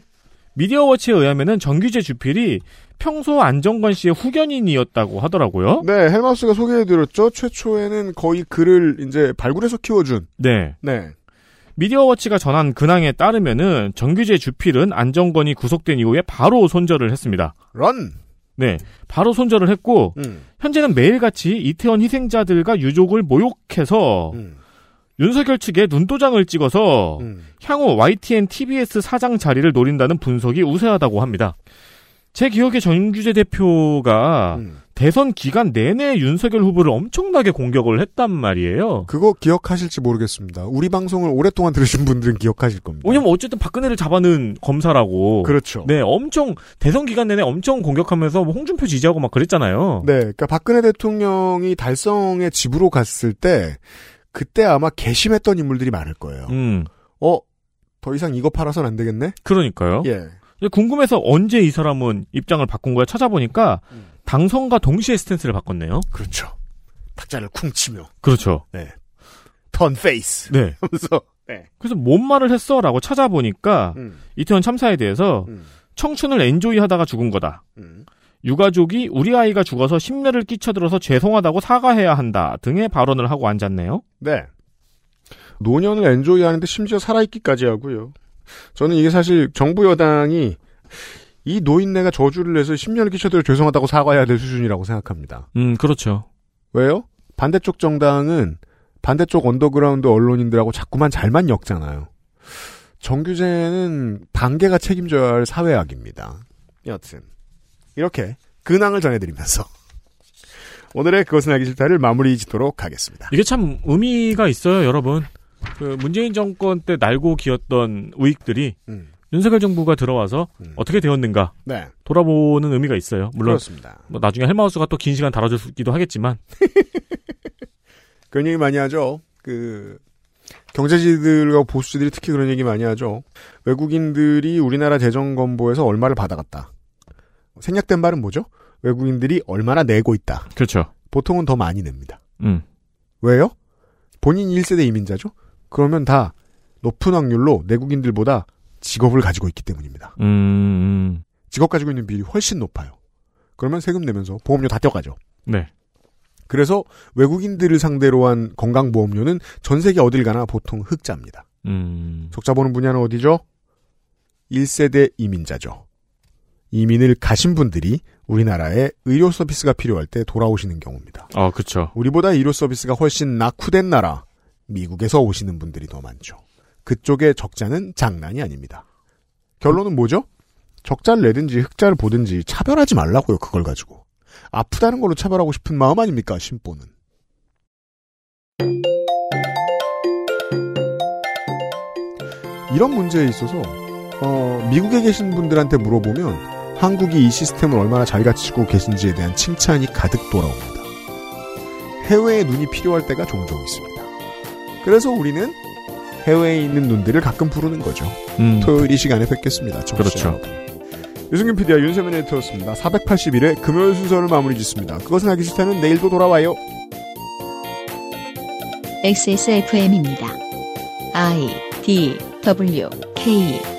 미디어워치에 의하면은 정규재 주필이 평소 안정관 씨의 후견인이었다고 하더라고요. 네, 헬마우스가 소개해드렸죠. 최초에는 거의 그를 이제 발굴해서 키워준. 네. 네. 미디어워치가 전한 근황에 따르면은 정규재 주필은 안정권이 구속된 이후에 바로 손절을 했습니다. 런. 음, 네, 바로 손절을 했고 현재는 매일같이 이태원 희생자들과 유족을 모욕해서 음. 윤석열 측에 눈도장을 찍어서 음, 향후 YTN TBS 사장 자리를 노린다는 분석이 우세하다고 합니다. 제 기억에 정규재 음. 대표가 대선 기간 내내 윤석열 후보를 엄청나게 공격을 했단 말이에요. 그거 기억하실지 모르겠습니다. 우리 방송을 오랫동안 들으신 분들은 기억하실 겁니다. 왜냐면 어쨌든 박근혜를 잡아는 검사라고. 그렇죠. 네, 엄청 대선 기간 내내 엄청 공격하면서 뭐 홍준표 지지하고 막 그랬잖아요. 네, 그러니까 박근혜 대통령이 달성의 집으로 갔을 때 그때 아마 개심했던 인물들이 많을 거예요. 음. 어, 더 이상 이거 팔아선 안 되겠네? 그러니까요. 예. 근데 궁금해서 언제 이 사람은 입장을 바꾼 거야 찾아보니까 음. 당선과 동시에 스탠스를 바꿨네요. 그렇죠. 박자를 쿵 치며. 그렇죠. 네. 턴 페이스. 네. 하면서. 네. 그래서 뭔 말을 했어라고 찾아보니까 음, 이태원 참사에 대해서 청춘을 엔조이 하다가 죽은 거다. 음. 유가족이 우리 아이가 죽어서 신뢰를 끼쳐들어서 죄송하다고 사과해야 한다 등의 발언을 하고 앉았네요. 네. 노년을 엔조이 하는데 심지어 살아있기까지 하고요. 저는 이게 사실 정부 여당이 이 노인네가 저주를 해서 10년을 끼쳐드려 죄송하다고 사과해야 될 수준이라고 생각합니다. 음, 그렇죠. 왜요? 반대쪽 정당은 반대쪽 언더그라운드 언론인들하고 자꾸만 잘만 엮잖아요. 정규제는 반개가 책임져야 할 사회악입니다. 여튼 이렇게 근황을 전해드리면서 오늘의 그것은 알기 싫다를 마무리 짓도록 하겠습니다. 이게 참 의미가 있어요, 여러분. 그 문재인 정권 때 날고 기었던 우익들이 윤석열 정부가 들어와서 어떻게 되었는가 음, 네. 돌아보는 의미가 있어요. 음. 물론 그렇습니다. 뭐 나중에 헬마우스가 또 긴 시간 달아주기도 하겠지만 그런 얘기 많이 하죠. 그 경제지들과 보수지들이 특히 그런 얘기 많이 하죠. 외국인들이 우리나라 재정 건보에서 얼마를 받아갔다. 생략된 말은 뭐죠? 외국인들이 얼마나 내고 있다. 그렇죠. 보통은 더 많이 냅니다. 음. 왜요? 본인이 1세대 이민자죠? 그러면 다 높은 확률로 내국인들보다 직업을 가지고 있기 때문입니다. 음. 직업 가지고 있는 비율이 훨씬 높아요. 그러면 세금 내면서 보험료 다 떼어가죠. 네. 그래서 외국인들을 상대로 한 건강보험료는 전 세계 어딜 가나 보통 흑자입니다. 음. 적자 보는 분야는 어디죠? 1세대 이민자죠. 이민을 가신 분들이 우리나라에 의료 서비스가 필요할 때 돌아오시는 경우입니다. 아, 그렇죠. 우리보다 의료 서비스가 훨씬 낙후된 나라, 미국에서 오시는 분들이 더 많죠. 그쪽의 적자는 장난이 아닙니다. 결론은 뭐죠? 적자를 내든지 흑자를 보든지 차별하지 말라고요, 그걸 가지고. 아프다는 걸로 차별하고 싶은 마음 아닙니까, 심보는. 이런 문제에 있어서, 어, 미국에 계신 분들한테 물어보면 한국이 이 시스템을 얼마나 잘 갖추고 계신지에 대한 칭찬이 가득 돌아옵니다. 해외의 눈이 필요할 때가 종종 있습니다. 그래서 우리는 해외에 있는 눈들을 가끔 부르는 거죠. 음. 토요일 이 시간에 뵙겠습니다. 청취자 그렇죠. 여러분. 유승균 PD와 윤세민 에디터였습니다. 481회 금요일 순서를 마무리 짓습니다. 그것은 알기 싫다는 내일도 돌아와요. XSFM입니다. I D W K